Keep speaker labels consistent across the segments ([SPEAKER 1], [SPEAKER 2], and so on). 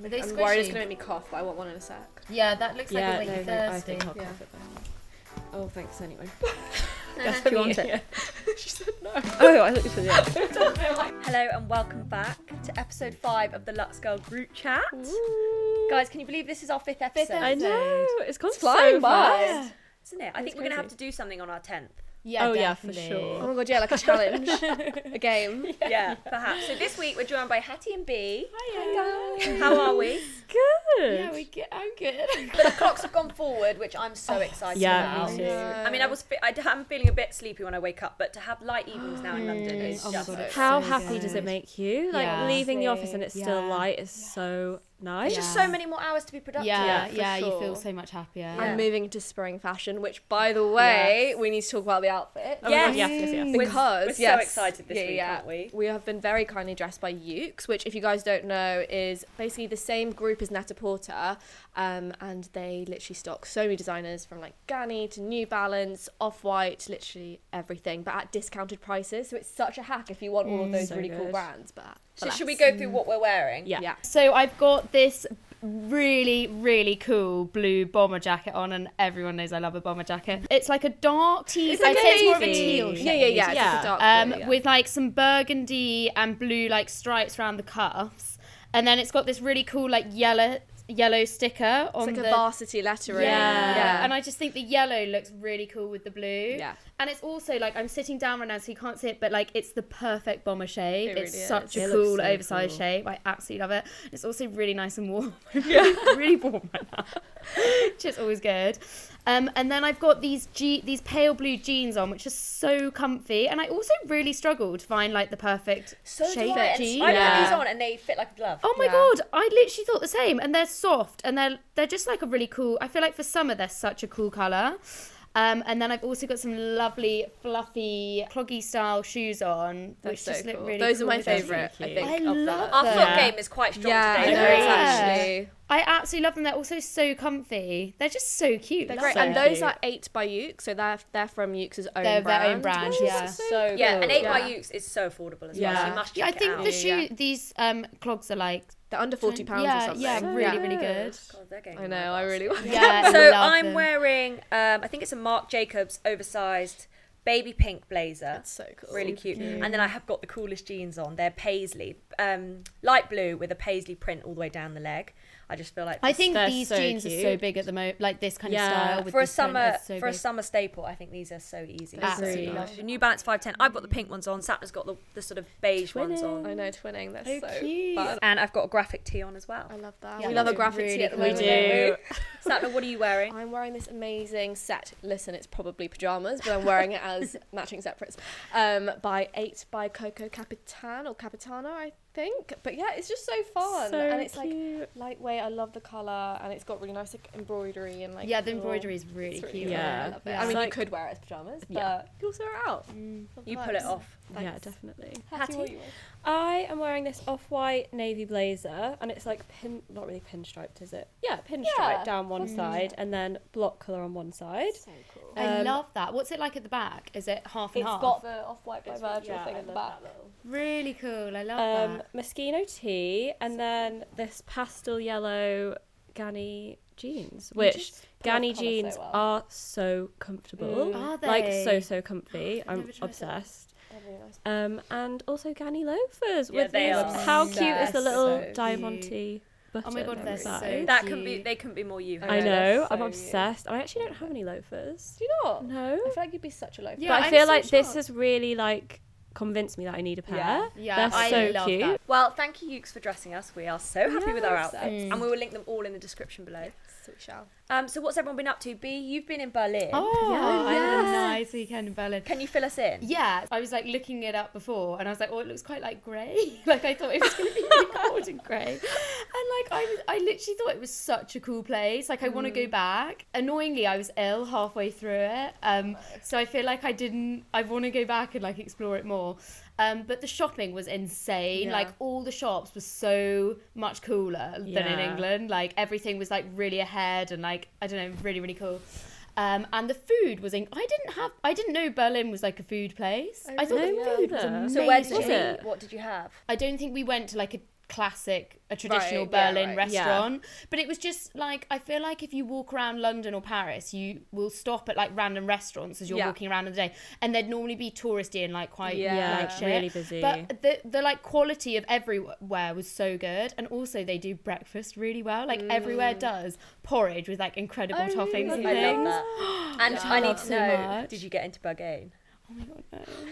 [SPEAKER 1] Were they
[SPEAKER 2] I'm worried it's
[SPEAKER 1] squishy?
[SPEAKER 2] gonna make me cough, but I want one in a sec.
[SPEAKER 1] Yeah, that looks
[SPEAKER 3] yeah,
[SPEAKER 1] like a
[SPEAKER 3] no,
[SPEAKER 1] wee
[SPEAKER 3] no, I
[SPEAKER 1] thirsty.
[SPEAKER 3] think I'll
[SPEAKER 2] Yeah.
[SPEAKER 3] cough it down. Oh, thanks anyway.
[SPEAKER 1] That's
[SPEAKER 3] Do you want it?
[SPEAKER 2] she said no.
[SPEAKER 3] Oh, I thought you said yeah.
[SPEAKER 4] Hello and welcome back to episode five of the Lux Girl group chat.
[SPEAKER 3] Ah!
[SPEAKER 4] Guys, can you believe this is our fifth episode?
[SPEAKER 3] I know. It's gone
[SPEAKER 4] It's
[SPEAKER 3] flying
[SPEAKER 4] so
[SPEAKER 3] by.
[SPEAKER 4] fast, isn't it? I think
[SPEAKER 3] It's
[SPEAKER 4] we're gonna have
[SPEAKER 3] crazy.
[SPEAKER 4] to do something on our tenth.
[SPEAKER 1] yeah,
[SPEAKER 3] oh, yeah, for
[SPEAKER 1] definitely.
[SPEAKER 3] sure.
[SPEAKER 2] Oh my god, yeah, like a challenge, a game.
[SPEAKER 4] Yeah. perhaps. So this week we're joined by Hattie and B.
[SPEAKER 3] Hi, guys.
[SPEAKER 4] How are we?
[SPEAKER 3] Good.
[SPEAKER 1] Yeah, we get. I'm good.
[SPEAKER 4] the clocks have gone forward, which I'm
[SPEAKER 2] Oh,
[SPEAKER 4] so excited
[SPEAKER 3] Yeah, me
[SPEAKER 4] about.
[SPEAKER 3] too.
[SPEAKER 4] I
[SPEAKER 2] Uh,
[SPEAKER 4] mean, I was fe- I d- I'm feeling a bit sleepy when I wake up, but to have light evenings now in London is
[SPEAKER 1] Oh my
[SPEAKER 4] just
[SPEAKER 1] God, it's
[SPEAKER 3] How
[SPEAKER 1] so
[SPEAKER 3] happy
[SPEAKER 1] good.
[SPEAKER 3] does it make you? Like
[SPEAKER 1] Yeah.
[SPEAKER 3] leaving the office and it's still
[SPEAKER 1] Yeah.
[SPEAKER 3] light is so nice.
[SPEAKER 4] it's just
[SPEAKER 1] Yeah.
[SPEAKER 4] so many more hours to be productive.
[SPEAKER 1] yeah, yeah,
[SPEAKER 2] for
[SPEAKER 1] you
[SPEAKER 2] sure.
[SPEAKER 1] feel so much happier.
[SPEAKER 4] Yeah.
[SPEAKER 2] I'm moving into spring fashion, which, by the way, we need to talk about the outfit.
[SPEAKER 3] Oh my God,
[SPEAKER 4] Yes.
[SPEAKER 3] yes, yes, yes.
[SPEAKER 4] We're-
[SPEAKER 2] Because
[SPEAKER 4] we're so
[SPEAKER 2] yes,
[SPEAKER 4] excited this
[SPEAKER 2] yeah,
[SPEAKER 4] week,
[SPEAKER 2] yeah.
[SPEAKER 4] aren't we?
[SPEAKER 2] We have been very kindly dressed by Ukes, which, if you guys don't know, is basically the same group as Netta Porter, um, and they literally stock so many designers from like Ganni to New Balance, Off White, literally everything, but at discounted prices. So it's such a hack if you want
[SPEAKER 1] Mm,
[SPEAKER 2] all of those
[SPEAKER 3] so
[SPEAKER 2] really cool
[SPEAKER 3] good.
[SPEAKER 2] brands. But
[SPEAKER 4] So
[SPEAKER 2] for
[SPEAKER 4] should we
[SPEAKER 2] less.
[SPEAKER 4] go through what we're wearing?
[SPEAKER 3] Yeah.
[SPEAKER 2] Yeah.
[SPEAKER 1] So I've got this really, really cool blue bomber jacket on, and everyone knows I love a bomber jacket. It's like a dark teal.
[SPEAKER 2] It's
[SPEAKER 1] I'd
[SPEAKER 2] like a
[SPEAKER 1] say it's more of a
[SPEAKER 2] navy.
[SPEAKER 1] teal shade.
[SPEAKER 2] Yeah, yeah, yeah. It's like
[SPEAKER 3] Yeah.
[SPEAKER 2] a dark
[SPEAKER 1] um,
[SPEAKER 2] blue, yeah.
[SPEAKER 1] with like some burgundy and blue like stripes around the cuffs, and then it's got this really cool like yellow yellow sticker on
[SPEAKER 2] it's like
[SPEAKER 1] the
[SPEAKER 2] a varsity lettering.
[SPEAKER 1] Yeah.
[SPEAKER 2] yeah.
[SPEAKER 1] and I just think the yellow looks really cool with the blue.
[SPEAKER 2] Yeah.
[SPEAKER 1] and it's also like I'm sitting down right now, so you can't see it, but like it's the perfect bomber shape.
[SPEAKER 2] It
[SPEAKER 1] it's
[SPEAKER 2] really
[SPEAKER 1] such
[SPEAKER 3] is.
[SPEAKER 1] a
[SPEAKER 3] It looks
[SPEAKER 1] cool
[SPEAKER 3] so
[SPEAKER 1] oversized
[SPEAKER 3] cool.
[SPEAKER 1] shape. I absolutely love it. It's also really nice and warm. Yeah, really warm right now, which is always good. Um, and then I've got these je- these pale blue jeans on, which are so comfy. And I also really struggle to find like the perfect
[SPEAKER 4] So do
[SPEAKER 1] shape
[SPEAKER 4] I. and
[SPEAKER 1] jeans.
[SPEAKER 4] I put
[SPEAKER 2] Yeah.
[SPEAKER 4] these on and they fit like a glove.
[SPEAKER 1] Oh my
[SPEAKER 2] Yeah.
[SPEAKER 1] god, I literally thought the same. And they're soft and they're they're just like a really cool. I feel like for summer they're such a cool color. Um, and then I've also got some lovely fluffy cloggy style shoes on,
[SPEAKER 2] They're
[SPEAKER 1] which
[SPEAKER 2] so
[SPEAKER 1] just look
[SPEAKER 2] cool.
[SPEAKER 1] really
[SPEAKER 2] Those
[SPEAKER 1] cool
[SPEAKER 2] are my
[SPEAKER 1] with them.
[SPEAKER 2] favourite. I
[SPEAKER 3] Really
[SPEAKER 2] think.
[SPEAKER 1] cute. I
[SPEAKER 2] of
[SPEAKER 1] love
[SPEAKER 2] that.
[SPEAKER 4] Our
[SPEAKER 1] them.
[SPEAKER 4] foot
[SPEAKER 1] Yeah.
[SPEAKER 4] game is quite strong
[SPEAKER 2] Yeah, I
[SPEAKER 4] today.
[SPEAKER 2] know,
[SPEAKER 4] though.
[SPEAKER 1] Yeah.
[SPEAKER 2] actually.
[SPEAKER 1] I absolutely love them. They're also so comfy. They're just so cute.
[SPEAKER 2] They're
[SPEAKER 1] Love
[SPEAKER 2] great.
[SPEAKER 1] them.
[SPEAKER 2] and
[SPEAKER 3] so
[SPEAKER 2] those
[SPEAKER 3] cute.
[SPEAKER 2] are eight by Ukes, so they're they're from Ukes' own
[SPEAKER 1] They're
[SPEAKER 2] brand.
[SPEAKER 1] their own brand,
[SPEAKER 2] which is
[SPEAKER 1] yeah.
[SPEAKER 2] So
[SPEAKER 4] Yeah,
[SPEAKER 2] cool.
[SPEAKER 4] and 8 by
[SPEAKER 2] Yeah.
[SPEAKER 4] Ukes is so affordable as well.
[SPEAKER 3] Yeah.
[SPEAKER 4] So you must check
[SPEAKER 1] Yeah, I
[SPEAKER 4] it
[SPEAKER 1] think
[SPEAKER 4] out.
[SPEAKER 1] the shoe
[SPEAKER 2] Yeah, yeah.
[SPEAKER 1] these um clogs are like
[SPEAKER 2] they're under forty pounds
[SPEAKER 1] yeah,
[SPEAKER 2] or something.
[SPEAKER 1] Yeah, really, really good.
[SPEAKER 4] God, they're getting
[SPEAKER 2] I
[SPEAKER 4] my
[SPEAKER 2] know. I
[SPEAKER 4] bus.
[SPEAKER 2] really want.
[SPEAKER 1] Yeah. I
[SPEAKER 4] So
[SPEAKER 1] love
[SPEAKER 4] I'm
[SPEAKER 1] them.
[SPEAKER 4] wearing, um, I think it's a Marc Jacobs oversized baby pink blazer.
[SPEAKER 2] That's so cool.
[SPEAKER 4] Really cute. And then I have got the coolest jeans on. They're paisley, um, light blue with a paisley print all the way down the leg. I just feel like
[SPEAKER 1] I
[SPEAKER 4] this-
[SPEAKER 1] think
[SPEAKER 3] They're
[SPEAKER 1] these
[SPEAKER 3] so
[SPEAKER 1] jeans are so
[SPEAKER 3] cute.
[SPEAKER 1] big at the moment, like this kind
[SPEAKER 3] Yeah.
[SPEAKER 1] of style. With
[SPEAKER 4] for a
[SPEAKER 1] this print,
[SPEAKER 4] summer
[SPEAKER 1] it's so
[SPEAKER 4] for a
[SPEAKER 1] big.
[SPEAKER 4] summer staple, I think these are so easy.
[SPEAKER 1] Absolutely.
[SPEAKER 3] Really
[SPEAKER 4] The New Balance 510. I've got the pink ones on. Satna's got the, the sort of beige ones on.
[SPEAKER 2] I know twinning. That's
[SPEAKER 1] So
[SPEAKER 2] so
[SPEAKER 1] cute.
[SPEAKER 2] fun.
[SPEAKER 4] And I've got a graphic tee on as well.
[SPEAKER 2] I love that.
[SPEAKER 1] Yeah,
[SPEAKER 2] we love a
[SPEAKER 1] those are
[SPEAKER 2] graphic
[SPEAKER 1] really
[SPEAKER 2] tee at the
[SPEAKER 1] cool.
[SPEAKER 2] moment.
[SPEAKER 3] We
[SPEAKER 2] don't
[SPEAKER 3] do.
[SPEAKER 4] Satna, what are you wearing?
[SPEAKER 2] I'm wearing this amazing set. Listen, it's probably pajamas, but I'm wearing it as matching separates. Um, by Eight by Coco Capitan or Capitano, I think. But yeah, it's just so fun,
[SPEAKER 3] So
[SPEAKER 2] and it's like
[SPEAKER 3] cute.
[SPEAKER 2] lightweight. I love the color, and it's got really nice like, embroidery and like
[SPEAKER 1] Yeah, the
[SPEAKER 2] little-
[SPEAKER 1] embroidery is really
[SPEAKER 2] it's really
[SPEAKER 1] cute.
[SPEAKER 2] cool.
[SPEAKER 3] Yeah.
[SPEAKER 2] I love it.
[SPEAKER 1] Yeah.
[SPEAKER 2] I mean,
[SPEAKER 3] It's
[SPEAKER 2] you
[SPEAKER 3] like-
[SPEAKER 2] could wear it as pajamas, but
[SPEAKER 3] Yeah.
[SPEAKER 2] you also wear it out.
[SPEAKER 1] Mm.
[SPEAKER 2] Love
[SPEAKER 4] You
[SPEAKER 2] the
[SPEAKER 4] pull it
[SPEAKER 2] vibes.
[SPEAKER 4] off.
[SPEAKER 3] Yeah,
[SPEAKER 2] Thanks.
[SPEAKER 3] definitely.
[SPEAKER 2] Hattie, what
[SPEAKER 5] Hattie?
[SPEAKER 2] you wearing?
[SPEAKER 5] I am wearing this off-white navy blazer, and it's like pin, not really pinstriped, is it? Yeah, pinstriped
[SPEAKER 2] Yeah.
[SPEAKER 5] down one side, and then block color on one side.
[SPEAKER 2] So cool.
[SPEAKER 1] I
[SPEAKER 5] Um,
[SPEAKER 1] love that. What's it like at the back? Is it half and
[SPEAKER 5] It's
[SPEAKER 1] half?
[SPEAKER 2] got the off-white by
[SPEAKER 5] It's-
[SPEAKER 2] Virgil
[SPEAKER 5] yeah,
[SPEAKER 2] thing
[SPEAKER 5] I
[SPEAKER 2] at the back.
[SPEAKER 5] love
[SPEAKER 1] really cool. I love
[SPEAKER 5] Um,
[SPEAKER 1] that.
[SPEAKER 5] Moschino tee, and then this pastel yellow Ganni jeans, which
[SPEAKER 2] just pull off
[SPEAKER 5] Ganni
[SPEAKER 2] colours so
[SPEAKER 5] jeans
[SPEAKER 2] well.
[SPEAKER 5] are so comfortable,
[SPEAKER 2] Mm.
[SPEAKER 1] Are
[SPEAKER 5] like so
[SPEAKER 1] they?
[SPEAKER 5] so comfy.
[SPEAKER 1] I've
[SPEAKER 5] I'm
[SPEAKER 1] never tried them.
[SPEAKER 5] obsessed.
[SPEAKER 2] They're really nice.
[SPEAKER 5] Um, and also Ganni loafers
[SPEAKER 4] Yeah,
[SPEAKER 5] with
[SPEAKER 4] they
[SPEAKER 5] these.
[SPEAKER 4] are
[SPEAKER 5] How cute is
[SPEAKER 2] so
[SPEAKER 5] the little
[SPEAKER 2] cute.
[SPEAKER 5] diamante?
[SPEAKER 1] Oh my
[SPEAKER 5] button
[SPEAKER 1] God,
[SPEAKER 5] on
[SPEAKER 1] they're
[SPEAKER 5] the
[SPEAKER 1] so
[SPEAKER 5] side?
[SPEAKER 4] That can be.
[SPEAKER 1] cute.
[SPEAKER 4] They couldn't be more you.
[SPEAKER 2] I
[SPEAKER 5] I
[SPEAKER 2] know,
[SPEAKER 5] know.
[SPEAKER 2] that's
[SPEAKER 5] I'm
[SPEAKER 2] so you.
[SPEAKER 5] obsessed. I actually don't have any loafers.
[SPEAKER 2] Do you not?
[SPEAKER 5] No.
[SPEAKER 2] I feel like you'd be such a loafer.
[SPEAKER 1] Yeah,
[SPEAKER 5] but I
[SPEAKER 1] I'm
[SPEAKER 5] feel
[SPEAKER 1] so
[SPEAKER 5] like this
[SPEAKER 1] shocked.
[SPEAKER 5] has really like convinced me that I need a pair.
[SPEAKER 2] Yeah.
[SPEAKER 1] Yeah,
[SPEAKER 5] They're
[SPEAKER 1] I
[SPEAKER 5] so
[SPEAKER 1] love
[SPEAKER 5] cute.
[SPEAKER 1] that.
[SPEAKER 4] Well, thank you, Ukes, for dressing us. We are so happy with our
[SPEAKER 2] Yes.
[SPEAKER 4] outfits,
[SPEAKER 1] Mm.
[SPEAKER 4] and we will link them all in the description below.
[SPEAKER 2] So we shall.
[SPEAKER 4] Um, so what's everyone been up to? B, you've been in Berlin.
[SPEAKER 1] Oh, I had a
[SPEAKER 2] yes.
[SPEAKER 1] nice weekend in Berlin.
[SPEAKER 4] Can you fill us in?
[SPEAKER 1] Yeah, I was like looking it up before, and I was like, "Oh, it looks quite like grey." like I thought it was going to be really cold and grey, and like I, was, I literally thought it was such a cool place. Like I want to go back. Annoyingly, I was ill halfway through it, um, so I feel like I didn't. I want to go back and like explore it more. Um, but the shopping was insane.
[SPEAKER 2] Yeah.
[SPEAKER 1] Like all the shops were so much cooler than in
[SPEAKER 3] Yeah.
[SPEAKER 1] England. Like everything was like really ahead and like I don't know, really really cool. Um, and the food was. In- I didn't have. I didn't know Berlin was like a food place.
[SPEAKER 2] Oh,
[SPEAKER 1] I thought
[SPEAKER 2] really?
[SPEAKER 1] the food was
[SPEAKER 3] Yeah.
[SPEAKER 1] amazing.
[SPEAKER 4] So where did you
[SPEAKER 5] Was
[SPEAKER 4] eat?
[SPEAKER 5] it?
[SPEAKER 4] What did you have?
[SPEAKER 1] I don't think we went to like a classic, a traditional
[SPEAKER 2] Right, yeah,
[SPEAKER 1] Berlin
[SPEAKER 2] right.
[SPEAKER 3] Yeah.
[SPEAKER 1] restaurant. But it was just like I feel like if you walk around London or Paris, you will stop at like random restaurants as you're
[SPEAKER 2] Yeah.
[SPEAKER 1] walking around in the day, and they'd normally be touristy and like quite
[SPEAKER 2] Yeah.
[SPEAKER 1] like shit.
[SPEAKER 3] really busy.
[SPEAKER 1] But the the like quality of everywhere was so good, and also they do breakfast really well. Like
[SPEAKER 2] Mm.
[SPEAKER 1] everywhere does porridge with like incredible
[SPEAKER 2] Oh,
[SPEAKER 1] toppings and
[SPEAKER 4] I love
[SPEAKER 1] things.
[SPEAKER 4] that. And I
[SPEAKER 1] I
[SPEAKER 4] need
[SPEAKER 1] love
[SPEAKER 4] to
[SPEAKER 1] so
[SPEAKER 4] know,
[SPEAKER 1] much.
[SPEAKER 4] did you get into Bugain?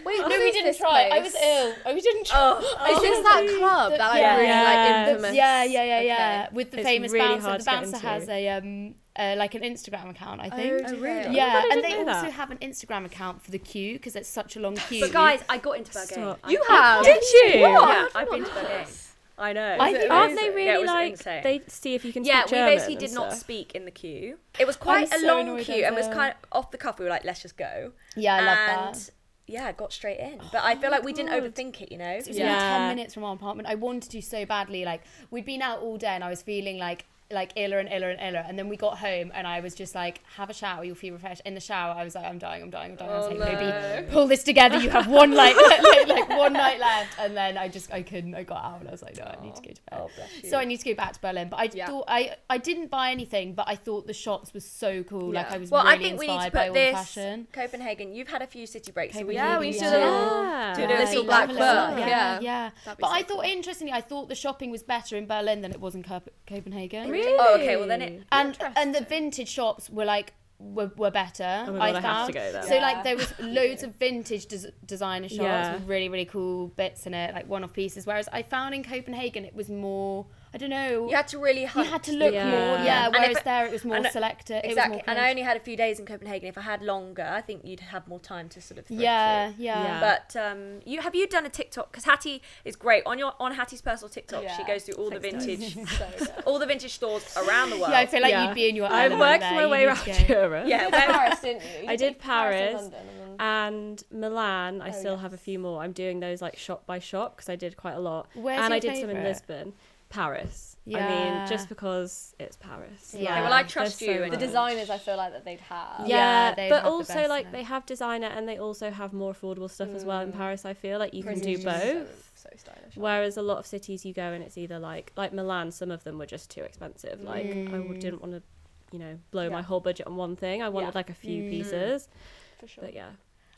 [SPEAKER 2] Wait,
[SPEAKER 1] No, we didn't try. I was ill. Oh, we didn't try.
[SPEAKER 4] Oh,
[SPEAKER 2] Is this that club
[SPEAKER 1] The-
[SPEAKER 2] that like
[SPEAKER 1] yeah.
[SPEAKER 2] really
[SPEAKER 3] Yeah.
[SPEAKER 2] like
[SPEAKER 1] The-
[SPEAKER 2] infamous?
[SPEAKER 1] Yeah, yeah, yeah,
[SPEAKER 2] Okay.
[SPEAKER 1] yeah. With the
[SPEAKER 3] It's
[SPEAKER 1] famous
[SPEAKER 3] really
[SPEAKER 1] bouncer,
[SPEAKER 3] hard
[SPEAKER 1] the
[SPEAKER 3] to get
[SPEAKER 1] bouncer
[SPEAKER 3] into.
[SPEAKER 1] has a um uh, like an Instagram account, I think.
[SPEAKER 2] Oh,
[SPEAKER 4] really?
[SPEAKER 1] yeah,
[SPEAKER 3] I
[SPEAKER 1] and
[SPEAKER 3] didn't
[SPEAKER 1] they
[SPEAKER 3] know
[SPEAKER 1] also
[SPEAKER 3] that.
[SPEAKER 1] have an Instagram account for the queue because it's such a long queue.
[SPEAKER 4] But guys, I got into Bugain.
[SPEAKER 3] Stop.
[SPEAKER 4] I-
[SPEAKER 2] You have.
[SPEAKER 3] Did you?
[SPEAKER 4] Yeah, I've been to Bugain.
[SPEAKER 3] I know.
[SPEAKER 1] I think
[SPEAKER 3] Aren't
[SPEAKER 4] amazing?
[SPEAKER 3] they really
[SPEAKER 4] Yeah, it was
[SPEAKER 3] like
[SPEAKER 4] insane.
[SPEAKER 3] they see if you can
[SPEAKER 4] Yeah,
[SPEAKER 3] speak
[SPEAKER 4] we
[SPEAKER 3] German
[SPEAKER 4] basically
[SPEAKER 3] and
[SPEAKER 4] did not
[SPEAKER 3] stuff?
[SPEAKER 4] speak in the queue. It was quite
[SPEAKER 1] I'm
[SPEAKER 4] a
[SPEAKER 1] so
[SPEAKER 4] long
[SPEAKER 1] annoyed
[SPEAKER 4] queue
[SPEAKER 1] I'm
[SPEAKER 4] and was
[SPEAKER 1] there.
[SPEAKER 4] kind of off the cuff. We were like, let's just go.
[SPEAKER 1] yeah, I love
[SPEAKER 4] and
[SPEAKER 1] that. Oh,
[SPEAKER 4] yeah, I got straight in. But I feel like we didn't overthink it, you know?
[SPEAKER 1] It was
[SPEAKER 3] Yeah.
[SPEAKER 1] only ten minutes from our apartment. I wanted to so badly. Like we'd been out all day, and I was feeling like like iller and iller and iller. And then we got home, and I was just like, "Have a shower, you'll feel refreshed." In the shower, I was like, "I'm dying, I'm dying, I'm dying." I was
[SPEAKER 4] Oh,
[SPEAKER 1] like,
[SPEAKER 4] no.
[SPEAKER 1] "Maybe pull this together. You have one night, like, like, like, one night left." And then I just I couldn't. I got out, and I was like, "No, I need to go to bed."
[SPEAKER 4] Oh, bless you.
[SPEAKER 1] So I need to go back to Berlin, but I
[SPEAKER 2] Yeah.
[SPEAKER 1] thought I I didn't buy anything, but I thought the shots were so cool. Like
[SPEAKER 2] Yeah.
[SPEAKER 1] I was
[SPEAKER 4] well,
[SPEAKER 1] really
[SPEAKER 4] I think we
[SPEAKER 1] inspired
[SPEAKER 4] need to
[SPEAKER 1] by
[SPEAKER 4] put
[SPEAKER 1] all
[SPEAKER 4] this
[SPEAKER 1] the fashion.
[SPEAKER 4] Copenhagen. You've had a few city breaks, so we
[SPEAKER 2] Yeah,
[SPEAKER 4] need
[SPEAKER 2] we
[SPEAKER 4] to
[SPEAKER 2] used
[SPEAKER 4] do
[SPEAKER 2] to
[SPEAKER 4] that.
[SPEAKER 3] Yeah.
[SPEAKER 4] Do the
[SPEAKER 2] Yeah.
[SPEAKER 4] little
[SPEAKER 2] Yeah.
[SPEAKER 4] black
[SPEAKER 2] Yeah.
[SPEAKER 4] book.
[SPEAKER 1] Yeah,
[SPEAKER 2] Yeah.
[SPEAKER 1] yeah.
[SPEAKER 2] That'd be
[SPEAKER 1] But
[SPEAKER 2] so
[SPEAKER 1] I thought
[SPEAKER 2] cool.
[SPEAKER 1] interestingly, I thought the shopping was better in Berlin than it was in Cop- Copenhagen.
[SPEAKER 3] Really?
[SPEAKER 4] Oh, okay. Well, then it.
[SPEAKER 1] and and the vintage shops were like were, were better.
[SPEAKER 3] Oh my God,
[SPEAKER 1] I
[SPEAKER 3] I have
[SPEAKER 1] found
[SPEAKER 3] to go there.
[SPEAKER 1] so
[SPEAKER 4] Yeah.
[SPEAKER 1] like there was loads of vintage des- designer shops
[SPEAKER 3] Yeah.
[SPEAKER 1] with really really cool bits in it, like one off pieces. Whereas I found in Copenhagen it was more I don't know.
[SPEAKER 4] You had to really
[SPEAKER 1] you
[SPEAKER 4] hunt.
[SPEAKER 1] had to look
[SPEAKER 3] Yeah.
[SPEAKER 1] more,
[SPEAKER 3] Yeah.
[SPEAKER 1] yeah.
[SPEAKER 4] And
[SPEAKER 1] Whereas
[SPEAKER 4] if-
[SPEAKER 1] there it was more
[SPEAKER 4] and I-
[SPEAKER 1] selected. It was
[SPEAKER 4] Exactly.
[SPEAKER 1] more
[SPEAKER 4] and
[SPEAKER 1] curated.
[SPEAKER 4] I only had a few days in Copenhagen. If I had longer, I think you'd have more time to sort of. thrift
[SPEAKER 1] yeah,
[SPEAKER 4] through.
[SPEAKER 1] yeah,
[SPEAKER 3] Yeah.
[SPEAKER 4] But um, you have you done a TikTok? Because Hattie is great on your on Hattie's personal TikTok. She
[SPEAKER 2] Yeah.
[SPEAKER 4] goes through all the vintage, all the vintage stores around the world.
[SPEAKER 1] yeah. I feel like
[SPEAKER 3] Yeah.
[SPEAKER 1] you'd be in your.
[SPEAKER 3] I
[SPEAKER 1] element
[SPEAKER 3] worked
[SPEAKER 1] there.
[SPEAKER 3] my
[SPEAKER 1] You
[SPEAKER 3] way
[SPEAKER 1] need
[SPEAKER 3] around
[SPEAKER 1] to go.
[SPEAKER 3] Europe.
[SPEAKER 4] yeah, where-
[SPEAKER 2] Paris, didn't you? You
[SPEAKER 3] I did
[SPEAKER 2] and
[SPEAKER 3] Paris.
[SPEAKER 2] London and then-
[SPEAKER 3] and Milan. I
[SPEAKER 1] Oh,
[SPEAKER 3] still have a few more. I'm doing those like shop by shop because I did quite a lot,
[SPEAKER 1] Where's
[SPEAKER 3] and
[SPEAKER 1] your
[SPEAKER 3] I did some in
[SPEAKER 1] favourite?
[SPEAKER 3] Lisbon, Paris. I
[SPEAKER 1] Yeah.
[SPEAKER 3] mean, just because it's Paris.
[SPEAKER 1] Yeah.
[SPEAKER 4] Okay, well, I trust
[SPEAKER 3] there's
[SPEAKER 4] you and-
[SPEAKER 2] The
[SPEAKER 3] much.
[SPEAKER 2] designers, I feel like that they'd
[SPEAKER 1] Yeah.
[SPEAKER 2] have.
[SPEAKER 3] Yeah,
[SPEAKER 1] they'd have
[SPEAKER 3] but
[SPEAKER 1] the
[SPEAKER 3] also
[SPEAKER 1] best
[SPEAKER 3] like
[SPEAKER 1] there.
[SPEAKER 3] they have designer and they also have more affordable stuff as well
[SPEAKER 1] Mm.
[SPEAKER 3] in Paris. I feel like you can do both.
[SPEAKER 2] So, so stylish.
[SPEAKER 3] Whereas a lot of cities you go and it's either like like Milan, some of them were just too expensive. Like I
[SPEAKER 1] Mm.
[SPEAKER 3] w- didn't want to, you know, blow my
[SPEAKER 2] Yeah.
[SPEAKER 3] whole budget on one thing. I wanted
[SPEAKER 2] Yeah.
[SPEAKER 3] like a few
[SPEAKER 1] Mm.
[SPEAKER 3] pieces.
[SPEAKER 2] for sure.
[SPEAKER 3] But yeah,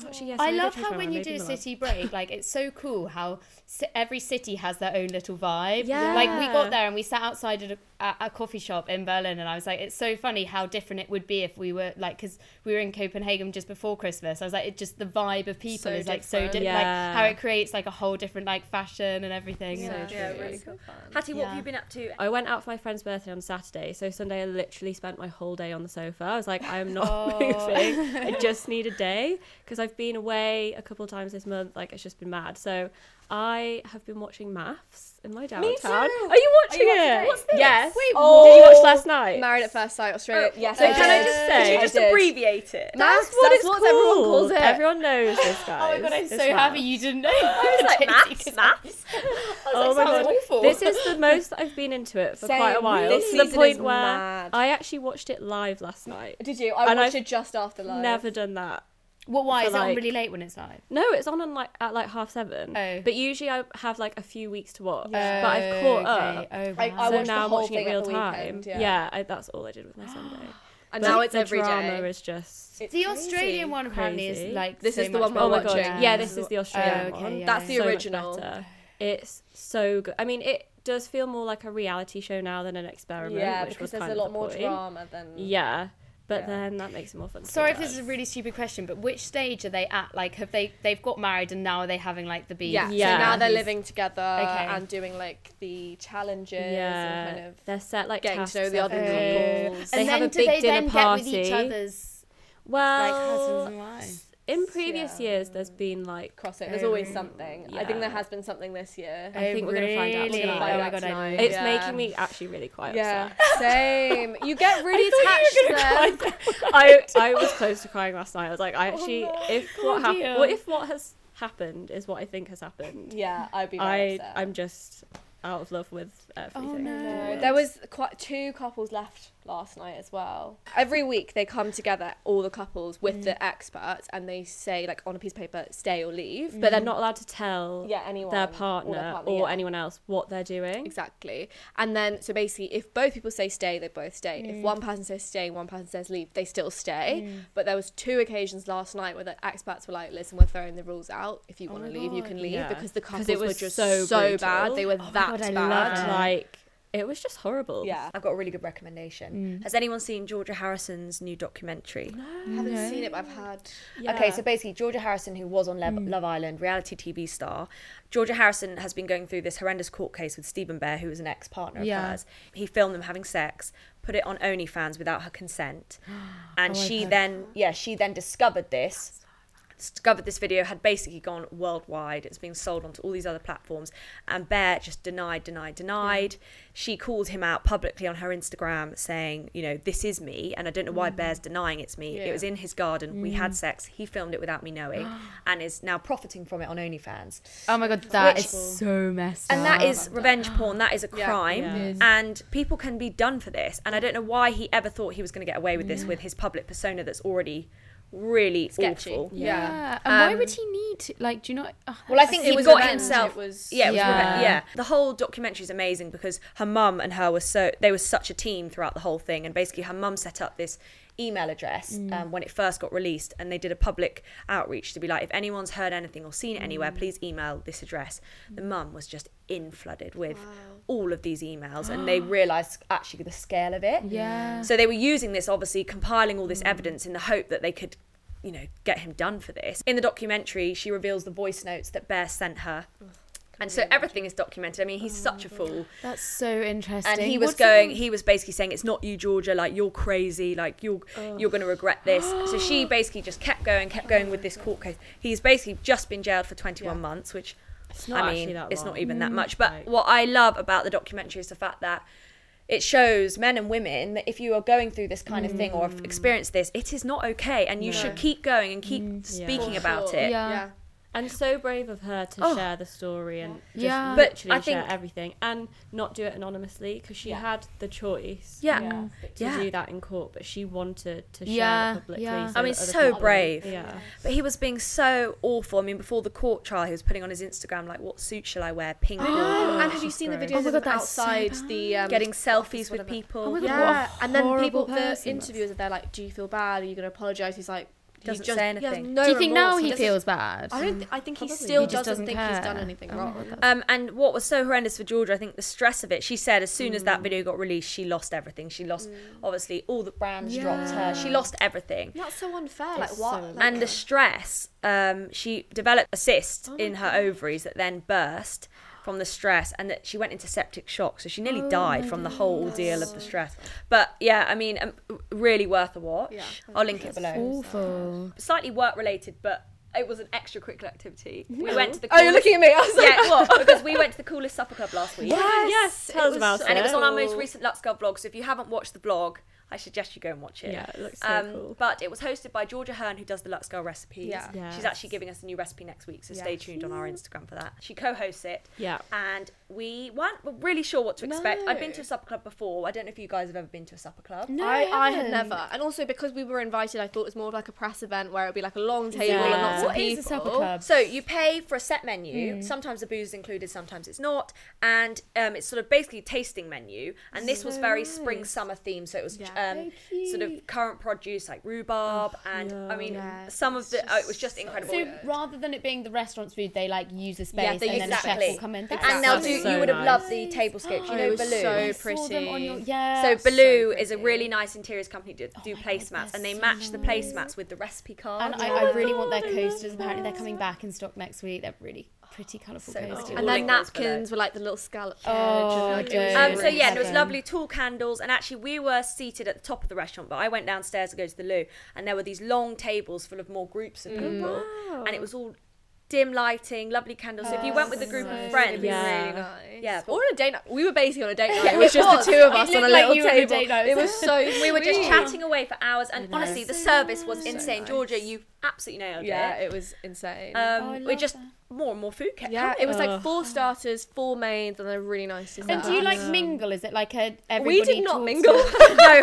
[SPEAKER 3] actually, yes.
[SPEAKER 1] I love how when you do a city break, like it's so cool how ci- every city has their own little vibe.
[SPEAKER 3] Yeah.
[SPEAKER 1] Like we got there and we sat outside at a, at a coffee shop in Berlin, and I was like, it's so funny how different it would be if we were like, because we were in Copenhagen just before Christmas. I was like, it just the vibe of people
[SPEAKER 2] So
[SPEAKER 1] is like so
[SPEAKER 2] different.
[SPEAKER 1] different.
[SPEAKER 3] Yeah.
[SPEAKER 1] Like how it creates like a whole different like fashion and everything.
[SPEAKER 2] Yeah.
[SPEAKER 4] yeah, really
[SPEAKER 2] So
[SPEAKER 4] cool.
[SPEAKER 2] fun.
[SPEAKER 4] Hattie, what have
[SPEAKER 1] Yeah.
[SPEAKER 4] you been up to?
[SPEAKER 3] I went out for my friend's birthday on Saturday, so Sunday I literally spent my whole day on the sofa. I was like, I am not
[SPEAKER 1] Oh.
[SPEAKER 3] moving. I just need a day because I've been away a couple times this month. Like it's just been mad. So I have been watching Maths in my downtown. Are you
[SPEAKER 2] watching
[SPEAKER 3] watching, it?
[SPEAKER 2] it? What's this?
[SPEAKER 3] Yes.
[SPEAKER 2] Wait,
[SPEAKER 1] Oh.
[SPEAKER 3] Did you
[SPEAKER 2] what?
[SPEAKER 3] watch last night?
[SPEAKER 2] Married at First Sight, Australia. Oh, yes.
[SPEAKER 3] so can I just say-
[SPEAKER 4] Oh, Did you
[SPEAKER 3] I
[SPEAKER 4] just
[SPEAKER 2] did.
[SPEAKER 4] abbreviate it?
[SPEAKER 3] That's,
[SPEAKER 2] Maths,
[SPEAKER 3] what
[SPEAKER 2] that's
[SPEAKER 3] it's
[SPEAKER 2] what
[SPEAKER 3] called.
[SPEAKER 2] everyone calls it.
[SPEAKER 3] Everyone knows this, guys.
[SPEAKER 1] Oh my god, I'm
[SPEAKER 3] It's
[SPEAKER 1] so
[SPEAKER 3] Maths.
[SPEAKER 1] happy you didn't know.
[SPEAKER 4] I was like,
[SPEAKER 1] Daisy,
[SPEAKER 4] maths,
[SPEAKER 1] 'cause
[SPEAKER 4] maths.
[SPEAKER 3] Oh my
[SPEAKER 1] that
[SPEAKER 3] god,
[SPEAKER 1] sounds awful.
[SPEAKER 3] this is the most I've been into it for quite a
[SPEAKER 2] Same.
[SPEAKER 3] while.
[SPEAKER 2] This
[SPEAKER 3] to the
[SPEAKER 2] season
[SPEAKER 3] point
[SPEAKER 2] is
[SPEAKER 3] where
[SPEAKER 2] mad.
[SPEAKER 3] I actually watched it live last night.
[SPEAKER 2] Did you? I
[SPEAKER 3] And
[SPEAKER 2] watched
[SPEAKER 3] I've
[SPEAKER 2] it just after live.
[SPEAKER 3] Never done that.
[SPEAKER 1] Well, why
[SPEAKER 3] For,
[SPEAKER 1] is it on
[SPEAKER 3] like-
[SPEAKER 1] really late when it's live?
[SPEAKER 3] No, it's on, on like at like half seven.
[SPEAKER 1] Oh.
[SPEAKER 3] But usually I have like a few weeks to watch. But I've caught
[SPEAKER 1] Okay.
[SPEAKER 3] up.
[SPEAKER 1] Oh,
[SPEAKER 2] I-
[SPEAKER 1] wow.
[SPEAKER 2] I
[SPEAKER 3] so
[SPEAKER 2] watched the
[SPEAKER 3] now I'm
[SPEAKER 2] whole
[SPEAKER 3] watching
[SPEAKER 2] thing
[SPEAKER 3] it
[SPEAKER 2] at
[SPEAKER 3] real
[SPEAKER 2] the
[SPEAKER 3] time.
[SPEAKER 2] weekend, yeah.
[SPEAKER 3] I, that's all I did with my Sunday.
[SPEAKER 2] And
[SPEAKER 3] But
[SPEAKER 2] now it's
[SPEAKER 3] the
[SPEAKER 2] every day.
[SPEAKER 3] drama is just.
[SPEAKER 1] the Australian one apparently
[SPEAKER 3] Crazy.
[SPEAKER 1] is like
[SPEAKER 2] This
[SPEAKER 1] so
[SPEAKER 2] is the
[SPEAKER 1] much
[SPEAKER 2] one
[SPEAKER 1] better.
[SPEAKER 3] Oh
[SPEAKER 2] we're
[SPEAKER 3] my god!
[SPEAKER 2] watching. Oh,
[SPEAKER 3] Yeah, this is the Australian
[SPEAKER 1] okay,
[SPEAKER 3] one.
[SPEAKER 1] yeah,
[SPEAKER 2] That's the
[SPEAKER 3] So much
[SPEAKER 2] original.
[SPEAKER 3] better. It's so good. I mean, it does feel more like a reality show now than an experiment.
[SPEAKER 2] yeah,
[SPEAKER 3] which
[SPEAKER 2] because
[SPEAKER 3] was
[SPEAKER 2] there's
[SPEAKER 3] kind
[SPEAKER 2] a
[SPEAKER 3] of
[SPEAKER 2] lot
[SPEAKER 3] the
[SPEAKER 2] more
[SPEAKER 3] point.
[SPEAKER 2] drama than.
[SPEAKER 3] Yeah, but
[SPEAKER 4] Yeah.
[SPEAKER 3] then that makes it more fun. to
[SPEAKER 1] Sorry if
[SPEAKER 3] watch.
[SPEAKER 1] this is a really stupid question, but which stage are they at? Like, have they they've got married and now are they having like the beef?
[SPEAKER 2] Yeah.
[SPEAKER 3] Yeah.
[SPEAKER 2] So now they're living together
[SPEAKER 1] Okay.
[SPEAKER 2] and doing like the challenges
[SPEAKER 3] Yeah,
[SPEAKER 2] and kind of
[SPEAKER 3] they're set like
[SPEAKER 2] getting
[SPEAKER 3] tasks
[SPEAKER 2] to know the
[SPEAKER 3] every
[SPEAKER 2] other
[SPEAKER 3] week.
[SPEAKER 2] couples.
[SPEAKER 3] They
[SPEAKER 1] Uh, and
[SPEAKER 3] have
[SPEAKER 1] then
[SPEAKER 3] a
[SPEAKER 1] do
[SPEAKER 3] big
[SPEAKER 1] they
[SPEAKER 3] dinner
[SPEAKER 1] then get with
[SPEAKER 3] party. Uh,
[SPEAKER 1] each other's like husbands
[SPEAKER 3] Well,
[SPEAKER 1] and wives?
[SPEAKER 3] in previous
[SPEAKER 2] Yeah.
[SPEAKER 3] years, there's been like
[SPEAKER 2] cross it. There's
[SPEAKER 1] Oh,
[SPEAKER 2] always something. I think
[SPEAKER 3] yeah.
[SPEAKER 2] there has been something this year.
[SPEAKER 3] I think we're gonna find out
[SPEAKER 1] really?
[SPEAKER 3] tonight.
[SPEAKER 1] Oh
[SPEAKER 2] Find
[SPEAKER 1] my
[SPEAKER 2] out
[SPEAKER 1] god,
[SPEAKER 2] tonight.
[SPEAKER 1] I know.
[SPEAKER 2] It-
[SPEAKER 3] it's
[SPEAKER 2] Yeah.
[SPEAKER 3] making me actually really quite
[SPEAKER 2] Yeah,
[SPEAKER 3] upset.
[SPEAKER 2] same. You get really attached to them.
[SPEAKER 3] I I was close to crying last night. I was like,
[SPEAKER 2] Oh
[SPEAKER 3] I actually, if what
[SPEAKER 1] God,
[SPEAKER 3] happened,
[SPEAKER 1] dear.
[SPEAKER 3] what if what has happened is what I think has happened.
[SPEAKER 2] Yeah, I'd be very
[SPEAKER 3] I
[SPEAKER 4] uh,
[SPEAKER 2] upset.
[SPEAKER 4] Oh,
[SPEAKER 3] I'm just out of love with everything. in the
[SPEAKER 1] no.
[SPEAKER 2] No,
[SPEAKER 3] world.
[SPEAKER 2] there was quite two couples left last night as well. Every week they come together, all the couples with the experts, and they say like on a piece of paper, stay or leave.
[SPEAKER 3] But they're
[SPEAKER 1] Mm.
[SPEAKER 3] not allowed to tell
[SPEAKER 2] Yeah, anyone
[SPEAKER 3] their partner or,
[SPEAKER 2] yeah.
[SPEAKER 3] anyone else what they're doing.
[SPEAKER 2] Exactly. And then, so basically, if both people say stay, they both stay. If one person says stay, one person says leave, they still stay. But there was two occasions last night where the expats were like, listen, we're throwing the rules out. If you want to leave, you can leave
[SPEAKER 3] Yeah.
[SPEAKER 2] because the
[SPEAKER 3] 'Cause
[SPEAKER 2] couples
[SPEAKER 3] it
[SPEAKER 2] were
[SPEAKER 3] was
[SPEAKER 2] just so,
[SPEAKER 3] so
[SPEAKER 2] bad.
[SPEAKER 3] brutal.
[SPEAKER 2] They were that
[SPEAKER 1] God, I
[SPEAKER 2] bad.
[SPEAKER 1] loved
[SPEAKER 3] And,
[SPEAKER 1] Yeah.
[SPEAKER 3] Like it was just horrible.
[SPEAKER 2] yeah.
[SPEAKER 4] I've got a really good recommendation. Has anyone seen Georgia Harrison's new documentary?
[SPEAKER 2] I haven't seen it, but I've had.
[SPEAKER 4] Okay, so basically, Georgia Harrison, who was on Lev- Love Island, reality TV star, Georgia Harrison has been going through this horrendous court case with Stephen Bear, who was an ex partner of
[SPEAKER 1] Yeah.
[SPEAKER 4] hers. He filmed them having sex, put it on OnlyFans without her consent, and she then, yeah, she then discovered this. Discovered this video had basically gone worldwide. It's being sold onto all these other platforms, and Bear just denied, denied, denied. She called him out publicly on her Instagram, saying, "You know, this is me, and I don't know why Bear's denying it's me. It
[SPEAKER 2] Yeah.
[SPEAKER 4] was in his garden. We had sex. He filmed it without me knowing, and is now profiting from it on OnlyFans.
[SPEAKER 1] Oh my god, that
[SPEAKER 4] Which-
[SPEAKER 1] is so messed
[SPEAKER 4] And
[SPEAKER 1] up.
[SPEAKER 4] that is revenge porn. That is a
[SPEAKER 2] Yeah.
[SPEAKER 4] crime,
[SPEAKER 3] Yeah. It is.
[SPEAKER 4] and people can be done for this. And I don't know why he ever thought he was going to get away with this with his public persona that's already really
[SPEAKER 2] Sketchy.
[SPEAKER 4] awful.
[SPEAKER 1] Yeah.
[SPEAKER 2] Yeah.
[SPEAKER 1] And why would he need to? Like, do you not? Oh,
[SPEAKER 4] Well, I
[SPEAKER 1] that's-
[SPEAKER 4] think
[SPEAKER 2] It
[SPEAKER 4] he
[SPEAKER 2] was
[SPEAKER 4] got
[SPEAKER 2] revenge.
[SPEAKER 4] himself.
[SPEAKER 2] It was-
[SPEAKER 4] yeah, it was
[SPEAKER 1] Yeah.
[SPEAKER 4] revenge. Yeah, the whole documentary is amazing because her mum and her were so they were such a team throughout the whole thing, and basically her mum set up this email address
[SPEAKER 3] Mm.
[SPEAKER 4] um, when it first got released, and they did a public outreach to be like, if anyone's heard anything or seen it anywhere,
[SPEAKER 3] Mm.
[SPEAKER 4] please email this address. The mum was just in flooded with all of these emails, and they realised actually the scale of it.
[SPEAKER 1] Yeah.
[SPEAKER 4] So they were using this, obviously, compiling all this evidence in the hope that they could, you know, get him done for this. In the documentary, she reveals the voice notes that Bear sent her. And so everything is documented. I mean, he's such a fool.
[SPEAKER 1] That's so Oh interesting.
[SPEAKER 4] And he was
[SPEAKER 1] What's
[SPEAKER 4] going, he was basically saying, It's not you, Georgia, like you're crazy, like you're you're gonna regret this. so she basically just kept going, kept going with this court case. He's basically just been jailed for twenty one months, which
[SPEAKER 3] It's not
[SPEAKER 4] I
[SPEAKER 3] actually
[SPEAKER 4] mean,
[SPEAKER 3] that
[SPEAKER 4] it's
[SPEAKER 3] long.
[SPEAKER 4] not even that much. But
[SPEAKER 3] Like-
[SPEAKER 4] what I love about the documentary is the fact that it shows men and women that if you are going through this kind of thing or have experienced this, it is not okay, and you should keep going and keep speaking
[SPEAKER 2] For
[SPEAKER 4] about
[SPEAKER 2] sure.
[SPEAKER 4] it.
[SPEAKER 1] Yeah.
[SPEAKER 3] And so brave of her to
[SPEAKER 4] Oh.
[SPEAKER 3] share the story and just
[SPEAKER 1] Yeah.
[SPEAKER 4] But
[SPEAKER 3] literally
[SPEAKER 4] I
[SPEAKER 3] share
[SPEAKER 4] think-
[SPEAKER 3] everything and not do it anonymously because she had the choice
[SPEAKER 4] Yeah.
[SPEAKER 3] to
[SPEAKER 4] Yeah.
[SPEAKER 3] do that in court, but she wanted to share
[SPEAKER 1] Yeah,
[SPEAKER 3] it publicly.
[SPEAKER 1] yeah.
[SPEAKER 3] So
[SPEAKER 4] I mean,
[SPEAKER 3] that other
[SPEAKER 4] so
[SPEAKER 3] people-
[SPEAKER 4] brave.
[SPEAKER 3] Yeah.
[SPEAKER 4] But he was being so awful. I mean, before the court trial, he was putting on his Instagram like, "What suit shall I wear? Pink
[SPEAKER 2] Oh
[SPEAKER 4] or
[SPEAKER 2] and have you seen the videos
[SPEAKER 1] Oh my God,
[SPEAKER 2] of them
[SPEAKER 1] that's so
[SPEAKER 2] outside the um,
[SPEAKER 4] getting
[SPEAKER 2] office,
[SPEAKER 4] selfies with
[SPEAKER 2] whatever.
[SPEAKER 4] people?"
[SPEAKER 1] Oh my God, what a
[SPEAKER 2] Yeah, and then people,
[SPEAKER 1] horrible
[SPEAKER 2] the
[SPEAKER 1] person that's-
[SPEAKER 2] interviewers are there like, "Do you feel bad? Are you going to apologize?" He's like, he
[SPEAKER 4] Doesn't
[SPEAKER 2] just-
[SPEAKER 4] say
[SPEAKER 2] he has
[SPEAKER 4] anything.
[SPEAKER 2] no
[SPEAKER 1] Do you think
[SPEAKER 2] remorse.
[SPEAKER 1] now he
[SPEAKER 2] doesn't-
[SPEAKER 1] feels bad?
[SPEAKER 2] I don't. Th- I think he
[SPEAKER 3] Probably.
[SPEAKER 2] still
[SPEAKER 3] He
[SPEAKER 1] just
[SPEAKER 2] doesn't,
[SPEAKER 1] doesn't
[SPEAKER 2] think he's
[SPEAKER 1] care.
[SPEAKER 2] done anything
[SPEAKER 1] Oh my
[SPEAKER 2] wrong.
[SPEAKER 1] God, that's-
[SPEAKER 4] Um, and what was so horrendous for Georgia, I think the stress of it. She said as soon as that video got released, she lost everything. She lost obviously all the brands dropped her. She lost everything.
[SPEAKER 2] That's so unfair.
[SPEAKER 1] It's
[SPEAKER 2] like what?
[SPEAKER 1] so
[SPEAKER 2] like,
[SPEAKER 4] and the stress, um, she developed a cyst
[SPEAKER 2] Oh
[SPEAKER 4] in her ovaries that then burst from the stress, and that she went into septic shock. So she nearly
[SPEAKER 2] Oh
[SPEAKER 4] died from the whole ordeal of the stress. But yeah, I mean, um, really worth a watch.
[SPEAKER 2] Yeah.
[SPEAKER 4] I'll link
[SPEAKER 2] Um,
[SPEAKER 4] it below.
[SPEAKER 1] Awful.
[SPEAKER 4] Slightly work related, but. It was an extracurricular activity. We went to the.
[SPEAKER 2] Oh, you're looking at me. I was like,
[SPEAKER 4] yeah,
[SPEAKER 2] what?
[SPEAKER 4] because we went to the coolest supper club last week.
[SPEAKER 3] Yes, tell us about
[SPEAKER 4] and it was on our most
[SPEAKER 2] Oh.
[SPEAKER 4] recent Lux Girl vlog. So if you haven't watched the vlog, I suggest you go and watch it.
[SPEAKER 3] Yeah, it looks so cool.
[SPEAKER 4] Um, But it was hosted by Georgia Hearn, who does the Lux Girl recipes.
[SPEAKER 2] Yeah.
[SPEAKER 4] She's
[SPEAKER 3] Yes.
[SPEAKER 4] actually giving us a new recipe next week, so stay
[SPEAKER 2] Yes.
[SPEAKER 4] tuned on our Instagram for that. She co-hosts it.
[SPEAKER 3] Yeah.
[SPEAKER 4] And we weren't really sure what to expect. I've been
[SPEAKER 2] No.
[SPEAKER 4] to a supper club before. I don't know if you guys have ever been to a supper club.
[SPEAKER 1] No,
[SPEAKER 2] I, I had
[SPEAKER 1] haven't.
[SPEAKER 2] never. And also because we were invited, I thought it was more of like a press event where it would be like a long table
[SPEAKER 3] Yeah.
[SPEAKER 2] and lots of
[SPEAKER 1] What is
[SPEAKER 2] people.
[SPEAKER 1] a supper club?
[SPEAKER 4] So you pay for a set menu.
[SPEAKER 2] Mm.
[SPEAKER 4] Sometimes the booze is included, sometimes it's not, and um, it's sort of basically a tasting menu. And this was very spring summer themed, so it was
[SPEAKER 2] Yeah. Oh,
[SPEAKER 4] um, sort of current produce like rhubarb, and I mean
[SPEAKER 2] Yeah,
[SPEAKER 4] some of
[SPEAKER 2] it's
[SPEAKER 4] the oh, it was
[SPEAKER 2] just
[SPEAKER 4] just
[SPEAKER 2] so
[SPEAKER 4] incredible.
[SPEAKER 1] So rather than it being the restaurant's food, they like use the space
[SPEAKER 2] they
[SPEAKER 1] and
[SPEAKER 2] use
[SPEAKER 1] then
[SPEAKER 2] the
[SPEAKER 1] a chef
[SPEAKER 4] exactly.
[SPEAKER 1] will come in.
[SPEAKER 4] And they'll
[SPEAKER 3] That's
[SPEAKER 4] do.
[SPEAKER 3] so
[SPEAKER 4] you would have
[SPEAKER 3] nice.
[SPEAKER 4] loved the table scopes. You
[SPEAKER 2] Oh,
[SPEAKER 4] know,
[SPEAKER 2] it was
[SPEAKER 4] Baloo.
[SPEAKER 2] so
[SPEAKER 1] I saw them on your-
[SPEAKER 2] pretty.
[SPEAKER 1] yeah.
[SPEAKER 4] So
[SPEAKER 2] so
[SPEAKER 4] Baloo is a
[SPEAKER 2] pretty.
[SPEAKER 4] really nice interiors company to do
[SPEAKER 1] my God,
[SPEAKER 4] placemats,
[SPEAKER 1] they're
[SPEAKER 4] and they
[SPEAKER 1] so
[SPEAKER 4] match the
[SPEAKER 1] nice.
[SPEAKER 4] placemats with the recipe card.
[SPEAKER 1] and
[SPEAKER 3] Oh,
[SPEAKER 1] I, I really want their coasters. Apparently, they're coming back in stock next week. They're really pretty colourful
[SPEAKER 4] So
[SPEAKER 1] coasters.
[SPEAKER 4] cool.
[SPEAKER 2] And
[SPEAKER 4] All
[SPEAKER 2] their
[SPEAKER 4] in those below.
[SPEAKER 2] napkins were like the little scallop.
[SPEAKER 1] Oh,
[SPEAKER 2] edge and, like,
[SPEAKER 1] good.
[SPEAKER 4] Um, so yeah, and there was
[SPEAKER 1] Heaven.
[SPEAKER 4] lovely tall candles, and actually we were seated at the top of the restaurant, but I went downstairs to go to the loo, and there were these long tables full of more groups of people, and it was all dim lighting, lovely candles. so if you went with a group of friends,
[SPEAKER 3] Oh, Yeah.
[SPEAKER 4] Yeah, but-
[SPEAKER 2] Or on a date night. We were basically on a date night. it was just the two of us
[SPEAKER 1] It
[SPEAKER 2] on a
[SPEAKER 1] looked like
[SPEAKER 2] little
[SPEAKER 1] you were on a
[SPEAKER 2] table.
[SPEAKER 1] date night.
[SPEAKER 2] It was so
[SPEAKER 4] we were just
[SPEAKER 2] sweet.
[SPEAKER 4] chatting away for hours, and honestly, the service was insane. Georgia, you absolutely nailed
[SPEAKER 2] yeah,
[SPEAKER 4] it.
[SPEAKER 2] it was insane.
[SPEAKER 1] Oh, I
[SPEAKER 4] Um, we
[SPEAKER 1] love
[SPEAKER 4] just
[SPEAKER 1] that.
[SPEAKER 4] more and more food kept
[SPEAKER 2] yeah,
[SPEAKER 4] coming.
[SPEAKER 2] it was like four starters, four mains, and a really nice dessert.
[SPEAKER 1] And do you like mingle? Is it like a everybody?
[SPEAKER 2] we did not
[SPEAKER 1] talks-
[SPEAKER 2] mingle.
[SPEAKER 4] no,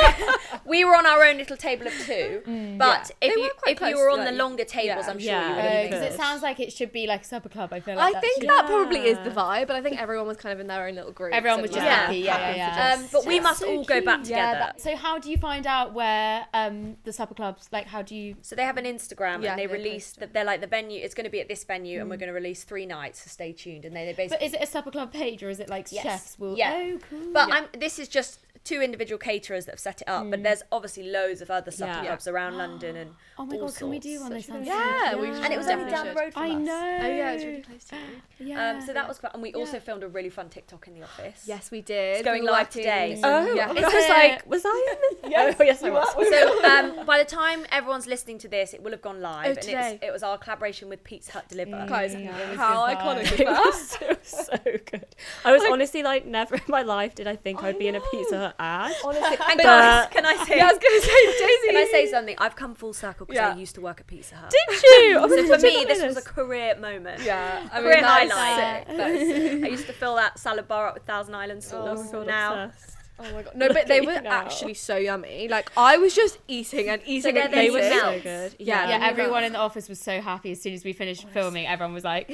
[SPEAKER 4] we were on our own little table of two. But if
[SPEAKER 2] They
[SPEAKER 4] you
[SPEAKER 2] were quite
[SPEAKER 4] if you
[SPEAKER 2] close,
[SPEAKER 4] were on
[SPEAKER 2] like-
[SPEAKER 4] the longer tables,
[SPEAKER 2] yeah.
[SPEAKER 4] I'm sure
[SPEAKER 3] Yeah.
[SPEAKER 4] you would have
[SPEAKER 1] Oh,
[SPEAKER 4] been.
[SPEAKER 1] because it
[SPEAKER 3] Good.
[SPEAKER 1] sounds like it should be like a supper club. I feel like
[SPEAKER 2] I
[SPEAKER 1] that
[SPEAKER 2] think
[SPEAKER 1] should-
[SPEAKER 2] that probably is the
[SPEAKER 3] Yeah.
[SPEAKER 2] vibe, but I think everyone was kind of in their own little group.
[SPEAKER 1] everyone was just
[SPEAKER 4] Yeah.
[SPEAKER 1] happy. Yeah, yeah, yeah.
[SPEAKER 4] Um, but we must all go back together.
[SPEAKER 2] Yeah, that-
[SPEAKER 1] So how do you find out where um the supper clubs like how do you
[SPEAKER 4] so they have an Instagram
[SPEAKER 2] Yeah,
[SPEAKER 4] and
[SPEAKER 2] they
[SPEAKER 4] they release
[SPEAKER 2] post
[SPEAKER 4] that they're like the venue. It's going to be at this venue, and we're going to release three nights. So stay tuned. And they they
[SPEAKER 1] But
[SPEAKER 4] basically.
[SPEAKER 1] is it a supper club page or is it like
[SPEAKER 4] Yes.
[SPEAKER 1] chefs will
[SPEAKER 4] Yeah.
[SPEAKER 1] Oh cool.
[SPEAKER 4] But I'm, this is just two individual caterers that have set it up. But there's obviously loads of other supper
[SPEAKER 3] Yeah.
[SPEAKER 4] clubs around London and.
[SPEAKER 1] Oh my
[SPEAKER 4] all
[SPEAKER 1] god, can we do
[SPEAKER 4] sorts.
[SPEAKER 1] one this time?
[SPEAKER 2] Yeah, we
[SPEAKER 4] And it was only down the road from
[SPEAKER 1] I
[SPEAKER 4] us.
[SPEAKER 1] know.
[SPEAKER 2] Oh yeah, it was really close to you.
[SPEAKER 1] Yeah.
[SPEAKER 4] Um, so that was quite, and we also filmed a really fun TikTok in the office.
[SPEAKER 2] Yes, we did.
[SPEAKER 4] It's going
[SPEAKER 2] We were
[SPEAKER 4] live
[SPEAKER 2] working-
[SPEAKER 4] today.
[SPEAKER 3] Oh,
[SPEAKER 2] yeah.
[SPEAKER 3] I
[SPEAKER 4] It's
[SPEAKER 3] was
[SPEAKER 4] a-
[SPEAKER 3] like, was I in this?
[SPEAKER 4] Yes,
[SPEAKER 3] oh, yes, I was.
[SPEAKER 4] So um, by the time everyone's listening to this, it will have gone live,
[SPEAKER 2] Oh,
[SPEAKER 4] and it was,
[SPEAKER 2] today.
[SPEAKER 4] it was our collaboration with Pete's Hut Deliver.
[SPEAKER 2] Guys,
[SPEAKER 1] Yeah,
[SPEAKER 2] how
[SPEAKER 1] it was
[SPEAKER 2] iconic is
[SPEAKER 3] It
[SPEAKER 2] that?
[SPEAKER 3] was so, so good. I was honestly like, never in my life did I think I would be in a Pizza Hut ad.
[SPEAKER 2] Honestly,
[SPEAKER 4] And
[SPEAKER 2] but-
[SPEAKER 4] guys, can I say?
[SPEAKER 2] Yeah, I was gonna say Daisy.
[SPEAKER 4] Can I say something? I've come full circle because
[SPEAKER 2] Yeah.
[SPEAKER 4] I used to work at Pizza Hut.
[SPEAKER 3] Did you? Oh,
[SPEAKER 4] so
[SPEAKER 3] did
[SPEAKER 4] for
[SPEAKER 3] you
[SPEAKER 4] me,
[SPEAKER 3] not
[SPEAKER 4] this
[SPEAKER 3] know
[SPEAKER 4] was a career moment.
[SPEAKER 2] Yeah, I
[SPEAKER 4] Career
[SPEAKER 2] mean, that is
[SPEAKER 4] highlight.
[SPEAKER 2] sick. That is sick.
[SPEAKER 4] I used to fill that salad bar up with Thousand Island
[SPEAKER 3] Oh
[SPEAKER 4] sauce.
[SPEAKER 3] my god,
[SPEAKER 4] now
[SPEAKER 3] obsessed.
[SPEAKER 2] Oh my god. No, but they
[SPEAKER 3] Look at
[SPEAKER 2] were
[SPEAKER 3] you now.
[SPEAKER 2] actually so yummy. Like I was just eating and eating
[SPEAKER 4] they're
[SPEAKER 2] and
[SPEAKER 4] the
[SPEAKER 3] They
[SPEAKER 2] eating.
[SPEAKER 3] were
[SPEAKER 4] Amazing.
[SPEAKER 3] so good.
[SPEAKER 2] Yeah.
[SPEAKER 1] yeah,
[SPEAKER 2] Yeah.
[SPEAKER 1] everyone in the office was so happy as soon as we finished filming. Everyone was like,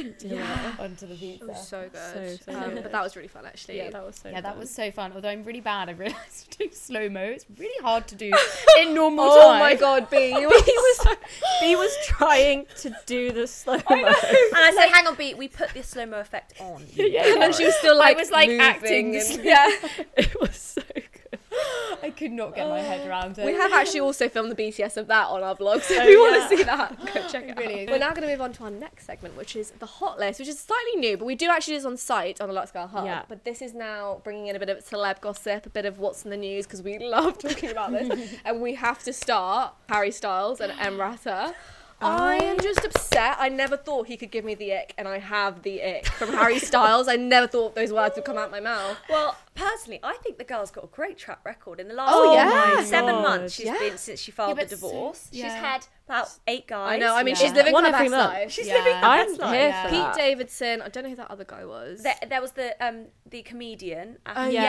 [SPEAKER 1] onto the pizza.
[SPEAKER 2] It was so good.
[SPEAKER 3] So, so
[SPEAKER 2] um,
[SPEAKER 3] good.
[SPEAKER 2] But that was really fun actually.
[SPEAKER 3] Yeah, that was so
[SPEAKER 1] yeah, that
[SPEAKER 3] good.
[SPEAKER 1] was so fun. Although I'm really bad, I realised doing slow mo. It's really hard to do in normal
[SPEAKER 2] oh
[SPEAKER 1] time.
[SPEAKER 2] my god, B, you
[SPEAKER 3] he
[SPEAKER 2] were
[SPEAKER 3] was he was trying to do the slow mo.
[SPEAKER 4] and I said, "Hang on, beat. We put the slow mo effect on."
[SPEAKER 2] and then she was still
[SPEAKER 1] I
[SPEAKER 2] like
[SPEAKER 1] was, like,
[SPEAKER 2] moving
[SPEAKER 1] acting
[SPEAKER 2] and-
[SPEAKER 1] slow.
[SPEAKER 2] yeah.
[SPEAKER 3] It was so good.
[SPEAKER 1] I could not get my
[SPEAKER 4] Oh.
[SPEAKER 1] head around it.
[SPEAKER 2] We have actually also filmed the BTS of that on our vlog, so if you want
[SPEAKER 3] yeah.
[SPEAKER 2] to see that, go check it
[SPEAKER 1] Brilliant.
[SPEAKER 2] out. Oh, We're now going to move on to our next segment, which is the hot list, which is slightly new, but we do actually do this on site on the Lark Scale Hub.
[SPEAKER 3] Yeah.
[SPEAKER 2] But this is now bringing in a bit of celeb gossip, a bit of what's in the news, because we love talking about this. and we have to start Harry Styles and Emrata. I am just upset. I never thought he could give me the ick, and I have the ick from Harry Styles. I never thought those words would come out my mouth.
[SPEAKER 4] Well, personally, I think the girl's got a great track record. In the last
[SPEAKER 2] Oh, yeah.
[SPEAKER 4] seven
[SPEAKER 3] God.
[SPEAKER 4] months, she's
[SPEAKER 2] Yeah.
[SPEAKER 4] been since she filed
[SPEAKER 1] Yeah,
[SPEAKER 4] the
[SPEAKER 1] but so-
[SPEAKER 4] divorce. She's
[SPEAKER 1] yeah.
[SPEAKER 4] had about eight guys.
[SPEAKER 2] I know. I mean,
[SPEAKER 1] Yeah.
[SPEAKER 2] she's living
[SPEAKER 3] One
[SPEAKER 2] her best
[SPEAKER 3] every month.
[SPEAKER 2] life.
[SPEAKER 4] She's
[SPEAKER 1] Yeah.
[SPEAKER 4] living the
[SPEAKER 3] I'm
[SPEAKER 4] best
[SPEAKER 3] here
[SPEAKER 4] life.
[SPEAKER 3] for
[SPEAKER 2] Pete
[SPEAKER 3] that.
[SPEAKER 2] Davidson. I don't know who that other guy was.
[SPEAKER 4] There, there was the um the comedian.
[SPEAKER 2] Oh,
[SPEAKER 1] yeah,
[SPEAKER 4] Um,
[SPEAKER 1] yeah,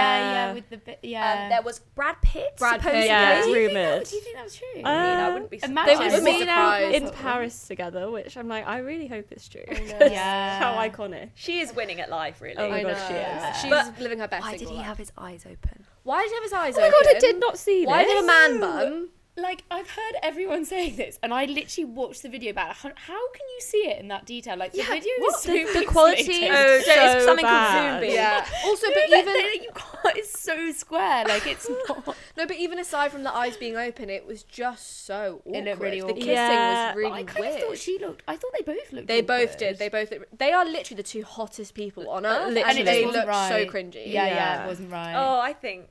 [SPEAKER 3] Yeah.
[SPEAKER 1] with the bit,
[SPEAKER 4] Um,
[SPEAKER 1] yeah.
[SPEAKER 4] there was Brad Pitt.
[SPEAKER 2] Brad Pitt, Uh,
[SPEAKER 4] supposedly.
[SPEAKER 3] yeah.
[SPEAKER 1] do, you think
[SPEAKER 3] Rumoured.
[SPEAKER 1] that, do you think that was true?
[SPEAKER 4] I mean, I
[SPEAKER 3] Um,
[SPEAKER 4] wouldn't be surprised.
[SPEAKER 1] imagine-
[SPEAKER 2] They
[SPEAKER 1] They
[SPEAKER 2] were
[SPEAKER 1] were
[SPEAKER 2] so
[SPEAKER 3] seen out
[SPEAKER 2] surprised.
[SPEAKER 3] in Paris together, which I'm like, I really hope it's true.
[SPEAKER 1] Yeah.
[SPEAKER 3] How iconic.
[SPEAKER 4] She is winning at life, really.
[SPEAKER 3] Oh my
[SPEAKER 2] I know.
[SPEAKER 3] god, she is.
[SPEAKER 2] She's
[SPEAKER 4] But
[SPEAKER 2] living her best.
[SPEAKER 4] Why did
[SPEAKER 2] single
[SPEAKER 4] he
[SPEAKER 2] life.
[SPEAKER 4] have his eyes open?
[SPEAKER 2] Why did he have his eyes
[SPEAKER 3] Oh my
[SPEAKER 2] open?
[SPEAKER 3] god, I did not see
[SPEAKER 2] Why did
[SPEAKER 3] this.
[SPEAKER 2] a man bum?
[SPEAKER 1] Like I've heard everyone saying this, and I literally watched the video about it. How, how can you see it in that detail? Like the video is so
[SPEAKER 3] The- the
[SPEAKER 1] pixelated.
[SPEAKER 3] quality of-
[SPEAKER 4] Oh, so it's
[SPEAKER 3] so
[SPEAKER 4] something
[SPEAKER 3] bad.
[SPEAKER 4] called Zoom
[SPEAKER 2] Yeah. also, but
[SPEAKER 1] But
[SPEAKER 2] even
[SPEAKER 1] they- you can't, it's so square. Like it's not.
[SPEAKER 2] no, but even aside from the eyes being open, it was just so awkward.
[SPEAKER 1] It looked really
[SPEAKER 2] the
[SPEAKER 1] awkward.
[SPEAKER 2] kissing
[SPEAKER 3] Yeah.
[SPEAKER 2] was really
[SPEAKER 1] I kind
[SPEAKER 2] weird.
[SPEAKER 1] of thought she looked. I thought they both looked.
[SPEAKER 2] they both
[SPEAKER 1] awkward.
[SPEAKER 2] did. They both. They are literally the two hottest people on earth,
[SPEAKER 1] And
[SPEAKER 2] and
[SPEAKER 1] it
[SPEAKER 2] they
[SPEAKER 1] just wasn't
[SPEAKER 2] looked
[SPEAKER 1] right.
[SPEAKER 2] so cringy.
[SPEAKER 1] Yeah, yeah,
[SPEAKER 3] Yeah.
[SPEAKER 1] it wasn't right.
[SPEAKER 4] Oh, I think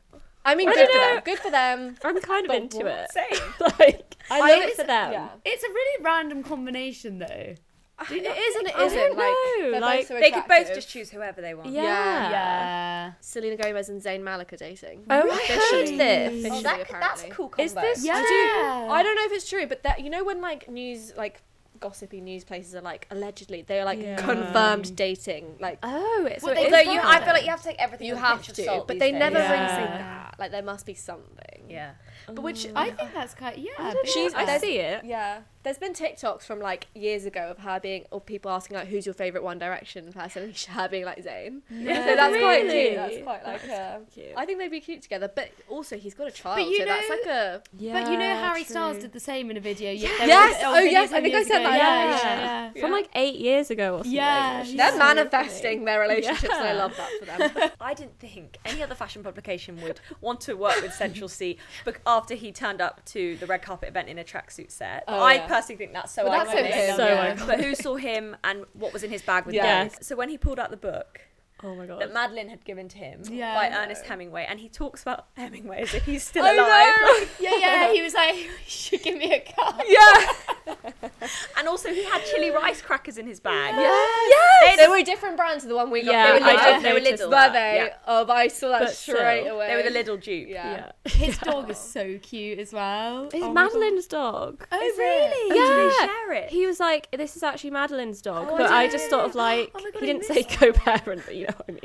[SPEAKER 2] I mean,
[SPEAKER 3] I
[SPEAKER 2] good for
[SPEAKER 3] don't
[SPEAKER 2] them.
[SPEAKER 3] know.
[SPEAKER 2] Good for them.
[SPEAKER 3] I'm kind of
[SPEAKER 2] But
[SPEAKER 3] into
[SPEAKER 2] what?
[SPEAKER 3] it.
[SPEAKER 4] same.
[SPEAKER 3] Like, I love
[SPEAKER 2] it's-
[SPEAKER 3] it for them.
[SPEAKER 2] Yeah.
[SPEAKER 1] It's a really random combination, though.
[SPEAKER 2] It is and it
[SPEAKER 3] I
[SPEAKER 2] isn't.
[SPEAKER 3] don't
[SPEAKER 2] like,
[SPEAKER 3] know,
[SPEAKER 2] they're
[SPEAKER 3] like-
[SPEAKER 2] both so
[SPEAKER 4] They could both
[SPEAKER 2] attractive.
[SPEAKER 4] just choose whoever they want.
[SPEAKER 3] Yeah.
[SPEAKER 2] Yeah.
[SPEAKER 1] Yeah.
[SPEAKER 2] Selena Gomez and Zayn Malik are dating.
[SPEAKER 3] Oh,
[SPEAKER 2] Officially.
[SPEAKER 3] I heard this.
[SPEAKER 4] Oh,
[SPEAKER 2] Officially,
[SPEAKER 4] that, could- that's a
[SPEAKER 2] apparently.
[SPEAKER 4] cool combo.
[SPEAKER 3] Is this
[SPEAKER 1] Yeah.
[SPEAKER 2] I do. I don't know if it's true, but that you know when like news like gossipy news places are like allegedly they're like
[SPEAKER 3] Yeah.
[SPEAKER 2] confirmed dating like
[SPEAKER 3] Oh, it's
[SPEAKER 2] Well,
[SPEAKER 3] so it is
[SPEAKER 4] Although you,
[SPEAKER 3] that
[SPEAKER 4] I
[SPEAKER 3] then.
[SPEAKER 4] feel like you have to take everything.
[SPEAKER 2] you
[SPEAKER 4] with a
[SPEAKER 2] have
[SPEAKER 4] pinch of
[SPEAKER 2] to,
[SPEAKER 4] salt
[SPEAKER 2] but
[SPEAKER 4] these
[SPEAKER 2] they
[SPEAKER 4] days.
[SPEAKER 2] never
[SPEAKER 3] Yeah.
[SPEAKER 2] really say
[SPEAKER 3] Yeah.
[SPEAKER 2] that. Like there must be something.
[SPEAKER 4] Yeah.
[SPEAKER 2] But which
[SPEAKER 1] I think that's kind. Yeah. a bit
[SPEAKER 2] She's-
[SPEAKER 1] like
[SPEAKER 3] Mm. I
[SPEAKER 1] that.
[SPEAKER 2] there's-
[SPEAKER 3] see it.
[SPEAKER 2] yeah, there's been TikToks from like years ago of her being or people asking like who's your favorite One Direction person, and her being like Zayn. so that's quite
[SPEAKER 3] Really?
[SPEAKER 2] cute. That's quite like her.
[SPEAKER 3] cute.
[SPEAKER 2] I think they'd be cute together, but also he's got a child,
[SPEAKER 1] you
[SPEAKER 2] so that's
[SPEAKER 1] know-
[SPEAKER 2] like a
[SPEAKER 1] but you know,
[SPEAKER 3] Yeah,
[SPEAKER 1] Harry
[SPEAKER 3] true.
[SPEAKER 1] Styles did the same in a video. Yeah.
[SPEAKER 2] Yes. Oh, yes, I think I said that.
[SPEAKER 1] Yeah.
[SPEAKER 2] Yeah,
[SPEAKER 1] Yeah.
[SPEAKER 2] yeah.
[SPEAKER 1] yeah.
[SPEAKER 3] From like eight years ago or something.
[SPEAKER 1] Yeah,
[SPEAKER 3] She's
[SPEAKER 2] they're
[SPEAKER 3] so
[SPEAKER 2] manifesting their relationships, and I
[SPEAKER 3] Yeah.
[SPEAKER 2] love that for them.
[SPEAKER 4] I didn't think any other fashion publication would want to work with Central C bec- after he turned up to the red carpet event in a tracksuit set.
[SPEAKER 2] Oh,
[SPEAKER 4] I
[SPEAKER 2] yeah.
[SPEAKER 4] personally think that's so
[SPEAKER 2] But that's so
[SPEAKER 4] iconic.
[SPEAKER 2] him.
[SPEAKER 3] So
[SPEAKER 1] Yeah.
[SPEAKER 3] iconic.
[SPEAKER 4] but who saw him and what was in his bag with
[SPEAKER 3] Yeah.
[SPEAKER 4] them? So when he pulled out the book
[SPEAKER 3] Oh my
[SPEAKER 4] that
[SPEAKER 3] god.
[SPEAKER 4] Madeline had given to him
[SPEAKER 1] Yeah.
[SPEAKER 4] by Ernest Hemingway, and he talks about Hemingway as if he's still
[SPEAKER 2] I know.
[SPEAKER 4] alive.
[SPEAKER 1] yeah, yeah. He was like, "You should give me a card."
[SPEAKER 2] Yeah.
[SPEAKER 4] and also, he had chili rice crackers in his bag.
[SPEAKER 2] Yes. They were a different brand to the one we got.
[SPEAKER 3] Yeah,
[SPEAKER 2] they were
[SPEAKER 3] I
[SPEAKER 2] Lidl.
[SPEAKER 3] did
[SPEAKER 4] They were
[SPEAKER 3] notice
[SPEAKER 4] Lidl.
[SPEAKER 2] Were they?
[SPEAKER 4] Yeah.
[SPEAKER 2] Oh, but I saw that
[SPEAKER 3] But
[SPEAKER 2] straight
[SPEAKER 3] still,
[SPEAKER 2] away.
[SPEAKER 4] They were the little dupe.
[SPEAKER 2] Yeah.
[SPEAKER 1] His dog is so cute as well.
[SPEAKER 3] It's
[SPEAKER 1] Oh my God.
[SPEAKER 3] Madeline's dog.
[SPEAKER 1] Oh really?
[SPEAKER 3] yeah.
[SPEAKER 4] share it?
[SPEAKER 3] He was like, "This is actually Madeline's dog,"
[SPEAKER 2] Oh,
[SPEAKER 3] but
[SPEAKER 2] I
[SPEAKER 3] I just sort of like
[SPEAKER 1] Oh my God,
[SPEAKER 3] he
[SPEAKER 1] I
[SPEAKER 3] didn't say
[SPEAKER 1] missed
[SPEAKER 3] co-parent, but you know what I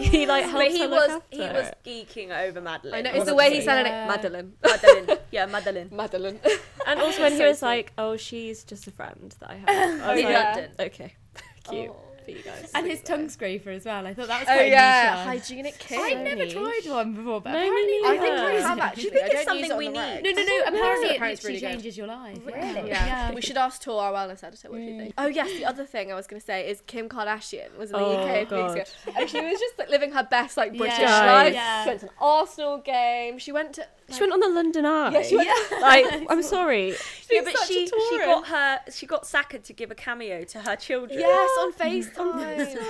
[SPEAKER 3] he like helps
[SPEAKER 4] But he
[SPEAKER 3] her
[SPEAKER 4] was
[SPEAKER 3] look after
[SPEAKER 4] he was geeking over Madeline.
[SPEAKER 2] I know. It's the way
[SPEAKER 1] Honestly.
[SPEAKER 2] he said
[SPEAKER 1] Yeah.
[SPEAKER 2] it. Madeline.
[SPEAKER 4] Madeline. Yeah, Madeline.
[SPEAKER 2] Madeline.
[SPEAKER 3] And also when he
[SPEAKER 2] So
[SPEAKER 3] was
[SPEAKER 2] sweet.
[SPEAKER 3] like, "Oh, she's just a friend that I have." I was
[SPEAKER 2] In
[SPEAKER 3] like,
[SPEAKER 2] London.
[SPEAKER 3] Okay, cute for Oh, you guys.
[SPEAKER 1] And his tongue scraper as well. I thought that was
[SPEAKER 2] Oh
[SPEAKER 1] quite
[SPEAKER 2] yeah,
[SPEAKER 1] niche.
[SPEAKER 2] hygienic care.
[SPEAKER 1] I'd never tried one before, but
[SPEAKER 3] No, me
[SPEAKER 1] apparently
[SPEAKER 3] neither.
[SPEAKER 2] I think I
[SPEAKER 3] Yeah.
[SPEAKER 2] have actually.
[SPEAKER 4] Do you think
[SPEAKER 2] I
[SPEAKER 4] it's
[SPEAKER 2] don't
[SPEAKER 4] something
[SPEAKER 2] use it on
[SPEAKER 4] we
[SPEAKER 2] the
[SPEAKER 4] need?
[SPEAKER 2] road.
[SPEAKER 1] No, no, no. Apparently, it
[SPEAKER 2] Apparently it's
[SPEAKER 1] literally
[SPEAKER 2] really good.
[SPEAKER 1] changes your life.
[SPEAKER 2] Yeah.
[SPEAKER 1] Yeah.
[SPEAKER 2] we should ask Tor, our wellness editor, what she thinks. Oh yes, the other thing I was gonna say is Kim Kardashian was in the
[SPEAKER 3] Oh,
[SPEAKER 2] UK a few weeks ago, and she was just like living her best like British
[SPEAKER 1] Guys.
[SPEAKER 2] life.
[SPEAKER 1] Yeah.
[SPEAKER 2] She went to an Arsenal game. She went to.
[SPEAKER 3] She went on the London Eye.
[SPEAKER 2] Yeah, she went.
[SPEAKER 3] like, I'm sorry.
[SPEAKER 4] Yeah,
[SPEAKER 2] She's
[SPEAKER 4] but
[SPEAKER 2] such a
[SPEAKER 4] she she
[SPEAKER 2] tourist.
[SPEAKER 4] got her she got Sackett to give a cameo to her children.
[SPEAKER 2] Yes, on FaceTime.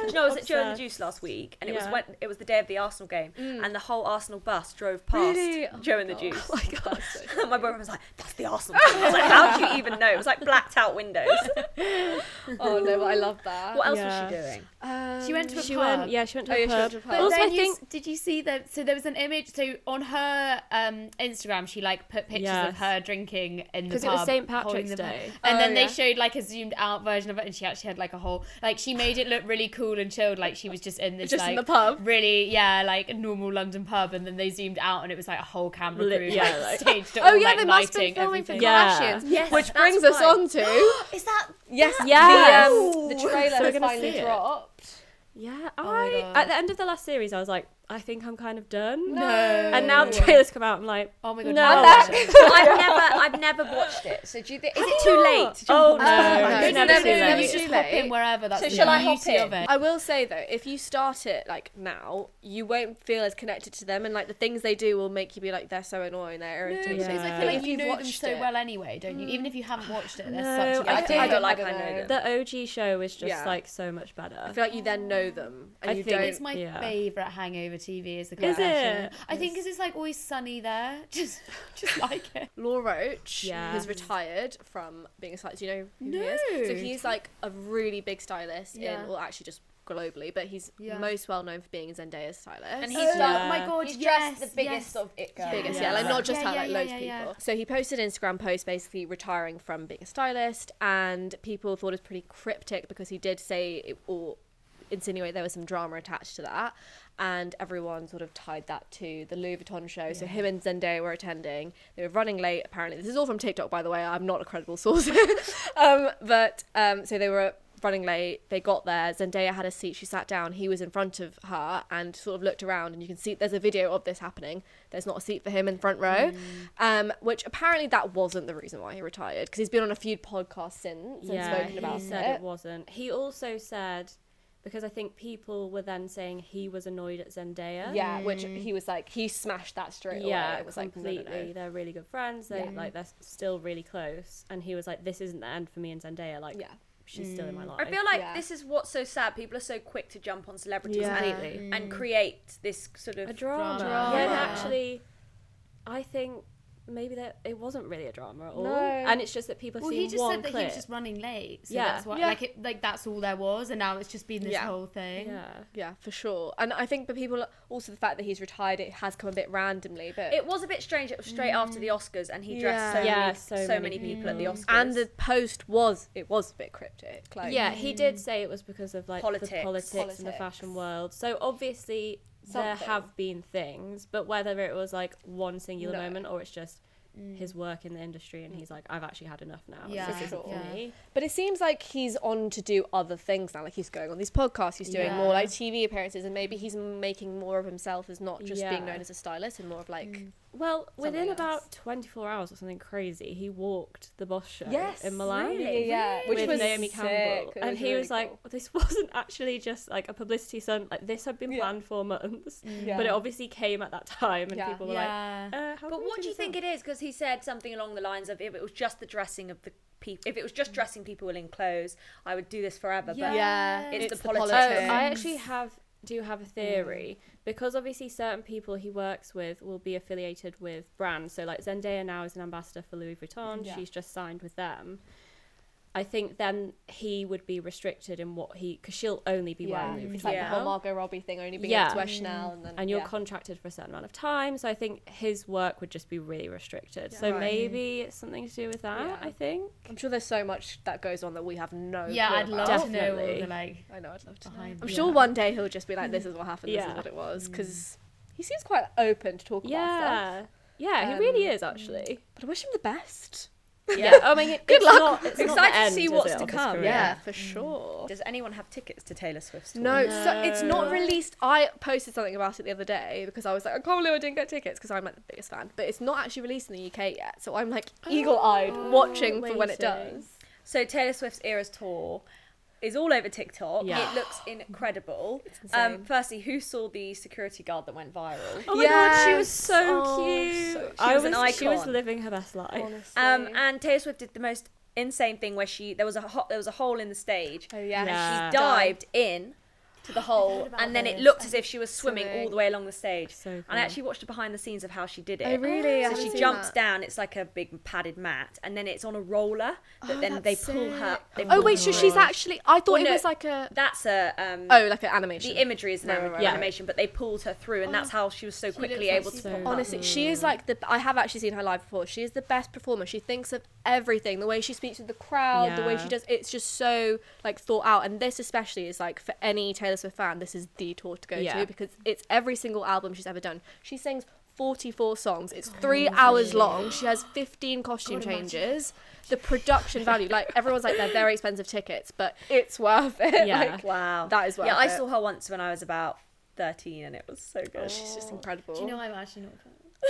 [SPEAKER 4] Do you know, I was at Joe and the
[SPEAKER 3] Obsessed.
[SPEAKER 4] Juice last week, and it was
[SPEAKER 3] Yeah.
[SPEAKER 4] when it was the day of the Arsenal game, and the whole Arsenal bus drove past
[SPEAKER 2] Hmm. Really? Oh
[SPEAKER 4] Joe
[SPEAKER 2] my
[SPEAKER 4] and Mm. the
[SPEAKER 2] God.
[SPEAKER 4] Juice.
[SPEAKER 2] Oh my God.
[SPEAKER 4] And my boyfriend was like, "That's the Arsenal." Game. I was like, "How do you even know?" It was like blacked out windows.
[SPEAKER 2] oh no, but I love that.
[SPEAKER 4] What else
[SPEAKER 3] Yeah.
[SPEAKER 4] was she doing?
[SPEAKER 2] Um,
[SPEAKER 1] She went to a
[SPEAKER 3] She
[SPEAKER 1] pub.
[SPEAKER 3] went. Yeah, she went to
[SPEAKER 2] Oh,
[SPEAKER 3] a
[SPEAKER 2] yeah, she went
[SPEAKER 3] pub.
[SPEAKER 2] to a pub.
[SPEAKER 1] But
[SPEAKER 3] also,
[SPEAKER 1] then
[SPEAKER 3] I
[SPEAKER 1] you s-
[SPEAKER 3] think
[SPEAKER 1] did you see that? So there was an image. So on her um, Instagram, she like put pictures of
[SPEAKER 3] Yes.
[SPEAKER 1] her drinking in the
[SPEAKER 3] 'Cause
[SPEAKER 1] pub
[SPEAKER 3] it was St.
[SPEAKER 1] holding
[SPEAKER 3] Patrick's
[SPEAKER 1] the-
[SPEAKER 3] Day.
[SPEAKER 1] and
[SPEAKER 2] Oh,
[SPEAKER 1] then
[SPEAKER 2] yeah.
[SPEAKER 1] they showed like a zoomed out version of it, and she actually had like a whole like she made it look really cool and chilled, like she was just in this
[SPEAKER 2] Just in
[SPEAKER 1] like
[SPEAKER 2] the pub.
[SPEAKER 1] really yeah like a normal London pub, and then they zoomed out and it was like a whole camera
[SPEAKER 3] Lit-
[SPEAKER 1] crew
[SPEAKER 3] yeah,
[SPEAKER 1] like,
[SPEAKER 3] like-
[SPEAKER 1] staged it.
[SPEAKER 2] Oh
[SPEAKER 1] all,
[SPEAKER 2] yeah,
[SPEAKER 1] like,
[SPEAKER 2] they must have been
[SPEAKER 1] lighting,
[SPEAKER 2] filming for
[SPEAKER 1] everything.
[SPEAKER 3] Yeah.
[SPEAKER 2] Kardashians.
[SPEAKER 4] Yes,
[SPEAKER 2] which
[SPEAKER 4] that's
[SPEAKER 2] brings us
[SPEAKER 4] right.
[SPEAKER 2] on to
[SPEAKER 4] Is that
[SPEAKER 2] yes,
[SPEAKER 3] Yes.
[SPEAKER 2] the um, the trailer
[SPEAKER 3] So we're
[SPEAKER 2] has
[SPEAKER 3] gonna
[SPEAKER 2] finally
[SPEAKER 3] see it.
[SPEAKER 2] dropped.
[SPEAKER 3] yeah,
[SPEAKER 2] my
[SPEAKER 3] I
[SPEAKER 2] God.
[SPEAKER 3] at the end of the last series, I was like, I think I'm kind of done.
[SPEAKER 2] No.
[SPEAKER 3] And now the trailers come out. I'm like,
[SPEAKER 1] Oh my god,
[SPEAKER 3] No.
[SPEAKER 1] no.
[SPEAKER 3] And
[SPEAKER 4] I've never I've never watched it. So do you think is it too late? To jump
[SPEAKER 3] Oh,
[SPEAKER 4] on
[SPEAKER 3] no,
[SPEAKER 4] it?
[SPEAKER 3] no,
[SPEAKER 1] Like,
[SPEAKER 3] no,
[SPEAKER 1] it's
[SPEAKER 3] never
[SPEAKER 1] never-
[SPEAKER 3] too
[SPEAKER 1] you
[SPEAKER 3] late.
[SPEAKER 1] just
[SPEAKER 2] Too
[SPEAKER 1] hop
[SPEAKER 2] late.
[SPEAKER 1] in wherever. That's
[SPEAKER 4] So
[SPEAKER 1] the
[SPEAKER 4] shall I hop
[SPEAKER 1] beauty of
[SPEAKER 4] in?
[SPEAKER 1] it.
[SPEAKER 2] I will say though, if you start it like now, you won't feel as connected to them, and like the things they do will make you be like they're so annoying, they're
[SPEAKER 1] No,
[SPEAKER 2] irritating.
[SPEAKER 1] because I
[SPEAKER 3] Yeah.
[SPEAKER 1] feel like
[SPEAKER 2] If
[SPEAKER 1] you
[SPEAKER 2] you've
[SPEAKER 1] know them
[SPEAKER 2] watched
[SPEAKER 1] so
[SPEAKER 2] it.
[SPEAKER 1] well anyway, don't you? Even if you haven't watched it, there's
[SPEAKER 3] No,
[SPEAKER 1] such. A
[SPEAKER 4] I
[SPEAKER 1] good
[SPEAKER 4] do. I
[SPEAKER 1] idea.
[SPEAKER 4] don't like I
[SPEAKER 2] don't
[SPEAKER 4] know
[SPEAKER 2] know.
[SPEAKER 4] them.
[SPEAKER 3] The OG show is just
[SPEAKER 2] Yeah.
[SPEAKER 3] like so much better.
[SPEAKER 2] I feel like you then know them, and
[SPEAKER 3] I
[SPEAKER 2] you
[SPEAKER 3] think
[SPEAKER 2] don't.
[SPEAKER 1] It's my
[SPEAKER 3] Yeah.
[SPEAKER 1] favorite hangover TV is the
[SPEAKER 3] Is
[SPEAKER 1] Kardashian.
[SPEAKER 3] it?
[SPEAKER 1] I think because it's like always sunny there. Just, just like it.
[SPEAKER 2] Law Roach
[SPEAKER 3] Yeah.
[SPEAKER 2] has retired from being a stylist. Do you know who he
[SPEAKER 1] No.
[SPEAKER 2] is? So he's like a really big stylist
[SPEAKER 1] Yeah.
[SPEAKER 2] in, well, actually just globally, but he's
[SPEAKER 1] Yeah.
[SPEAKER 2] most well known for being Zendaya's stylist.
[SPEAKER 4] And
[SPEAKER 1] Oh
[SPEAKER 4] he's like
[SPEAKER 1] my god,
[SPEAKER 4] he's
[SPEAKER 1] yes,
[SPEAKER 4] just the biggest
[SPEAKER 1] yes.
[SPEAKER 4] of it girls.
[SPEAKER 2] biggest,
[SPEAKER 3] Yeah.
[SPEAKER 2] yeah, like not just
[SPEAKER 1] Yeah,
[SPEAKER 2] her,
[SPEAKER 1] yeah,
[SPEAKER 2] like
[SPEAKER 1] yeah,
[SPEAKER 2] loads
[SPEAKER 1] yeah,
[SPEAKER 2] of
[SPEAKER 1] yeah.
[SPEAKER 2] people. So he posted an Instagram post basically retiring from being a stylist, and people thought it was pretty cryptic because he did say it, or insinuate there was some drama attached to that, and everyone sort of tied that to the Louis Vuitton show. So him and Zendaya were attending. They were running late. Apparently, this is all from TikTok, by the way. I'm not a credible source, um, but um, so they were. Running late, they got there. Zendaya had a seat. She sat down. He was in front of her and sort of looked around. And you can see there's a video of this happening there's not a seat for him in front
[SPEAKER 3] Mm.
[SPEAKER 2] row. Um, which apparently that wasn't the reason why he retired because he's been on a feud podcast since and
[SPEAKER 3] yeah,
[SPEAKER 2] spoken
[SPEAKER 3] he
[SPEAKER 2] about
[SPEAKER 3] said it.
[SPEAKER 2] it.
[SPEAKER 3] wasn't. He also said because I think people were then saying he was annoyed at Zendaya.
[SPEAKER 2] Yeah, which he was like he smashed that straight
[SPEAKER 3] yeah,
[SPEAKER 2] away. It was like no, no,
[SPEAKER 3] completely.
[SPEAKER 2] no.
[SPEAKER 3] They're really good friends. They
[SPEAKER 2] Yeah.
[SPEAKER 3] like they're s- still really close. And he was like, "This isn't the end for me and Zendaya. Like,
[SPEAKER 2] Yeah.
[SPEAKER 3] she's still
[SPEAKER 1] Mm.
[SPEAKER 3] in my life."
[SPEAKER 4] I feel like
[SPEAKER 2] Yeah.
[SPEAKER 4] this is what's so sad. People are so quick to jump on celebrities
[SPEAKER 2] Yeah.
[SPEAKER 4] and, and create this sort of
[SPEAKER 3] a drama.
[SPEAKER 1] Mm. Drama.
[SPEAKER 3] Yeah, and
[SPEAKER 2] Drama.
[SPEAKER 3] actually, I think maybe that it wasn't really a drama at all.
[SPEAKER 2] No.
[SPEAKER 3] And it's just that people
[SPEAKER 1] Well,
[SPEAKER 3] see
[SPEAKER 1] he just
[SPEAKER 3] one
[SPEAKER 1] said that
[SPEAKER 3] clip.
[SPEAKER 1] he was just running late. So
[SPEAKER 3] Yeah.
[SPEAKER 1] that's why,
[SPEAKER 2] Yeah.
[SPEAKER 1] like, it, like that's all there was, and now it's just been this
[SPEAKER 2] Yeah.
[SPEAKER 1] whole thing.
[SPEAKER 3] yeah.
[SPEAKER 2] Yeah, for sure. And I think, but people also the fact that he's retired, it has come a bit randomly. But
[SPEAKER 4] It was a bit strange. It was straight after the Oscars, and he dressed
[SPEAKER 2] Mm. Yeah.
[SPEAKER 4] so,
[SPEAKER 3] Yeah,
[SPEAKER 4] many,
[SPEAKER 3] so
[SPEAKER 4] so,
[SPEAKER 3] many
[SPEAKER 4] many people at the Oscars.
[SPEAKER 2] and the post was it was a bit cryptic. Like
[SPEAKER 3] yeah, he did
[SPEAKER 1] Mm.
[SPEAKER 3] say it was because of like the
[SPEAKER 4] Politics.
[SPEAKER 3] politics, and the
[SPEAKER 2] Politics.
[SPEAKER 3] fashion world. So obviously there
[SPEAKER 2] Something.
[SPEAKER 3] have been things, but whether it was like one singular
[SPEAKER 2] No.
[SPEAKER 3] moment or it's just his work in the industry and he's like, I've actually had enough now.
[SPEAKER 1] Mm. Yeah.
[SPEAKER 3] This
[SPEAKER 1] For
[SPEAKER 3] isn't for
[SPEAKER 1] sure.
[SPEAKER 3] me.
[SPEAKER 2] But it seems like he's on to do other things now. Like he's going on these podcasts, he's doing more
[SPEAKER 1] Yeah.
[SPEAKER 2] like TV appearances, and maybe he's making more of himself as not just being
[SPEAKER 3] Yeah.
[SPEAKER 2] known as a stylist and more of like.
[SPEAKER 3] Well, within
[SPEAKER 2] else.
[SPEAKER 3] about 24 hours or something crazy, he walked the boss show
[SPEAKER 2] Yes,
[SPEAKER 3] in Milan.
[SPEAKER 2] Yeah,
[SPEAKER 3] Which was Naomi Campbell, and he was like, "This wasn't actually just like a publicity stunt. Like this had been
[SPEAKER 2] Yeah.
[SPEAKER 3] planned for months,
[SPEAKER 2] Yeah.
[SPEAKER 3] but it obviously came at that time, and
[SPEAKER 2] Yeah.
[SPEAKER 3] people were
[SPEAKER 1] Yeah.
[SPEAKER 3] like, uh, how
[SPEAKER 4] but
[SPEAKER 3] can
[SPEAKER 4] what do you
[SPEAKER 3] this
[SPEAKER 4] think
[SPEAKER 3] up?"
[SPEAKER 4] it is? Because he said something along the lines of, "If it was just the dressing of the people, if it was just dressing people in clothes, I would do this forever." But
[SPEAKER 2] Yeah,
[SPEAKER 4] it's, the,
[SPEAKER 2] politics.
[SPEAKER 4] politics.
[SPEAKER 3] Oh, I actually have do have a
[SPEAKER 2] Mm.
[SPEAKER 3] theory because obviously certain people he works with will be affiliated with brands. So like Zendaya now is an ambassador for Louis Vuitton.
[SPEAKER 1] Yeah.
[SPEAKER 3] She's just signed with them. I think then he would be restricted in what he because she'll only be
[SPEAKER 2] yeah,
[SPEAKER 3] wearing
[SPEAKER 2] it's
[SPEAKER 3] Louis
[SPEAKER 2] like
[SPEAKER 4] Yeah.
[SPEAKER 2] the whole Margot Robbie thing, only being
[SPEAKER 3] Yeah.
[SPEAKER 2] able to wear Chanel and then
[SPEAKER 3] and you're
[SPEAKER 2] yeah.
[SPEAKER 3] contracted for a certain amount of time. So I think his work would just be really restricted. So
[SPEAKER 4] Right.
[SPEAKER 3] maybe it's something to do with that.
[SPEAKER 2] Yeah.
[SPEAKER 3] I think.
[SPEAKER 2] I'm sure there's so much that goes on that we have no.
[SPEAKER 1] yeah,
[SPEAKER 2] clue
[SPEAKER 1] I'd love
[SPEAKER 2] about.
[SPEAKER 1] to know all
[SPEAKER 3] oh, Definitely.
[SPEAKER 1] the like.
[SPEAKER 2] I know, I'd love to know. Mm.
[SPEAKER 1] behind-
[SPEAKER 2] I'm sure
[SPEAKER 1] yeah.
[SPEAKER 2] one day he'll just be like, "This is what happened. This
[SPEAKER 3] Yeah.
[SPEAKER 2] is what it was." Because he seems quite open to talk about stuff.
[SPEAKER 3] Yeah, yeah,
[SPEAKER 2] Um,
[SPEAKER 3] he really is actually.
[SPEAKER 2] But I wish him the best.
[SPEAKER 3] Yeah. oh, I mean, it-
[SPEAKER 2] Good
[SPEAKER 3] it's
[SPEAKER 2] luck.
[SPEAKER 3] Not, it's not the
[SPEAKER 4] Excited to
[SPEAKER 3] end,
[SPEAKER 4] see
[SPEAKER 3] is
[SPEAKER 4] what's
[SPEAKER 3] it,
[SPEAKER 4] to
[SPEAKER 3] of his
[SPEAKER 4] come.
[SPEAKER 3] career? Mm.
[SPEAKER 2] Yeah, for sure.
[SPEAKER 4] Does anyone have tickets to Taylor Swift's tour?
[SPEAKER 2] No, So it's not released. I posted something about it the other day because I was like, I can't believe I didn't get tickets because I'm like the biggest fan. But it's not actually released in the UK yet, so I'm like eagle eyed watching for when it
[SPEAKER 3] Oh, waiting.
[SPEAKER 2] does.
[SPEAKER 4] So Taylor Swift's Eras Tour is all over TikTok.
[SPEAKER 3] Yeah.
[SPEAKER 4] It looks incredible.
[SPEAKER 2] insane.
[SPEAKER 4] Um, firstly, who saw the security guard that went viral?
[SPEAKER 3] Oh my god, she was so cute.
[SPEAKER 4] so- she
[SPEAKER 3] I
[SPEAKER 4] was
[SPEAKER 3] was,
[SPEAKER 4] an
[SPEAKER 3] she was
[SPEAKER 4] icon.
[SPEAKER 3] living her best life.
[SPEAKER 4] Um, and Taylor Swift did the most insane thing where she there was a ho- there was a hole in the stage.
[SPEAKER 2] Oh yeah,
[SPEAKER 3] Yeah.
[SPEAKER 4] She dived in to the hole, and then it looked as if she was swimming
[SPEAKER 2] swimming.
[SPEAKER 4] all the way along the stage.
[SPEAKER 3] So
[SPEAKER 4] and I
[SPEAKER 3] funny.
[SPEAKER 4] actually watched the behind the scenes of how she did it.
[SPEAKER 2] Oh, really? Mm. I
[SPEAKER 4] So
[SPEAKER 2] haven't
[SPEAKER 4] she
[SPEAKER 2] seen
[SPEAKER 4] jumps
[SPEAKER 2] that.
[SPEAKER 4] down. It's like a big padded mat, and then it's on a roller. But then they
[SPEAKER 2] Oh, that's
[SPEAKER 4] pull her. They
[SPEAKER 2] Oh
[SPEAKER 4] pull
[SPEAKER 2] wait, so she's actually. I thought
[SPEAKER 4] Well,
[SPEAKER 2] it
[SPEAKER 4] no.
[SPEAKER 2] was like a.
[SPEAKER 4] That's a um,
[SPEAKER 2] Oh, like an animation.
[SPEAKER 4] the imagery is an
[SPEAKER 2] Right,
[SPEAKER 4] anim-
[SPEAKER 2] right, right,
[SPEAKER 3] Yeah.
[SPEAKER 4] animation, but they pulled her through, and
[SPEAKER 2] Oh.
[SPEAKER 4] that's how she was so quickly
[SPEAKER 1] looks like
[SPEAKER 4] able to
[SPEAKER 1] she's
[SPEAKER 4] pop up.
[SPEAKER 2] Honestly, she is like the. I have actually seen her live before. She is the best performer. She thinks of everything. The way she speaks with the crowd, the way
[SPEAKER 3] Yeah.
[SPEAKER 2] she does. It's just so like thought out. And this especially is like for any Taylor Swift fan, this is the tour to go
[SPEAKER 3] Yeah.
[SPEAKER 2] to because it's every single album she's ever done. She sings. 44 songs. It's three hours long. She has 15 costume changes. The production value, like everyone's like, they're very expensive tickets, but it's worth it.
[SPEAKER 3] Yeah.
[SPEAKER 2] Like,
[SPEAKER 4] wow.
[SPEAKER 2] That is worth
[SPEAKER 4] Yeah, I
[SPEAKER 2] it. Oh.
[SPEAKER 4] saw her once when I was about thirteen, and it was so good.
[SPEAKER 2] She's just incredible.
[SPEAKER 1] Do you know I'm actually not.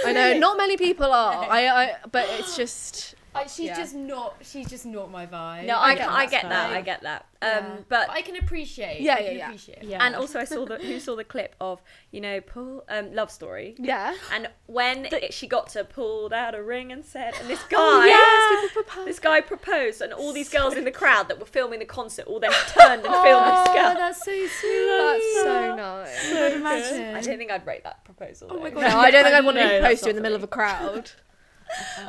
[SPEAKER 2] I know not many people are. I, I but it's just
[SPEAKER 1] I, she's
[SPEAKER 2] Yeah.
[SPEAKER 1] just not. She's just not my vibe.
[SPEAKER 4] No, I,
[SPEAKER 2] get
[SPEAKER 4] I
[SPEAKER 2] that
[SPEAKER 4] get that.
[SPEAKER 3] vibe.
[SPEAKER 4] I get that. Um,
[SPEAKER 2] Yeah.
[SPEAKER 4] But
[SPEAKER 1] But I can appreciate.
[SPEAKER 2] Yeah,
[SPEAKER 1] I
[SPEAKER 2] yeah,
[SPEAKER 1] can
[SPEAKER 2] yeah.
[SPEAKER 1] Appreciate.
[SPEAKER 3] Yeah.
[SPEAKER 4] and also I saw the who saw the clip of you know Paul um, love story.
[SPEAKER 2] yeah.
[SPEAKER 4] And when it, she got to pulled out a ring and said, and
[SPEAKER 1] Oh,
[SPEAKER 4] this guy, this guy proposed, and all these girls in the crowd that were filming the concert all then turned and filmed this
[SPEAKER 1] Oh,
[SPEAKER 4] girl.
[SPEAKER 1] that's so sweet.
[SPEAKER 2] That's so
[SPEAKER 1] I
[SPEAKER 2] nice.
[SPEAKER 4] I
[SPEAKER 1] imagine.
[SPEAKER 4] don't think I'd rate that proposal. Oh
[SPEAKER 2] No, I don't think I'd want to
[SPEAKER 3] No,
[SPEAKER 2] be close
[SPEAKER 3] that's
[SPEAKER 2] to
[SPEAKER 3] not
[SPEAKER 2] in the middle of a crowd.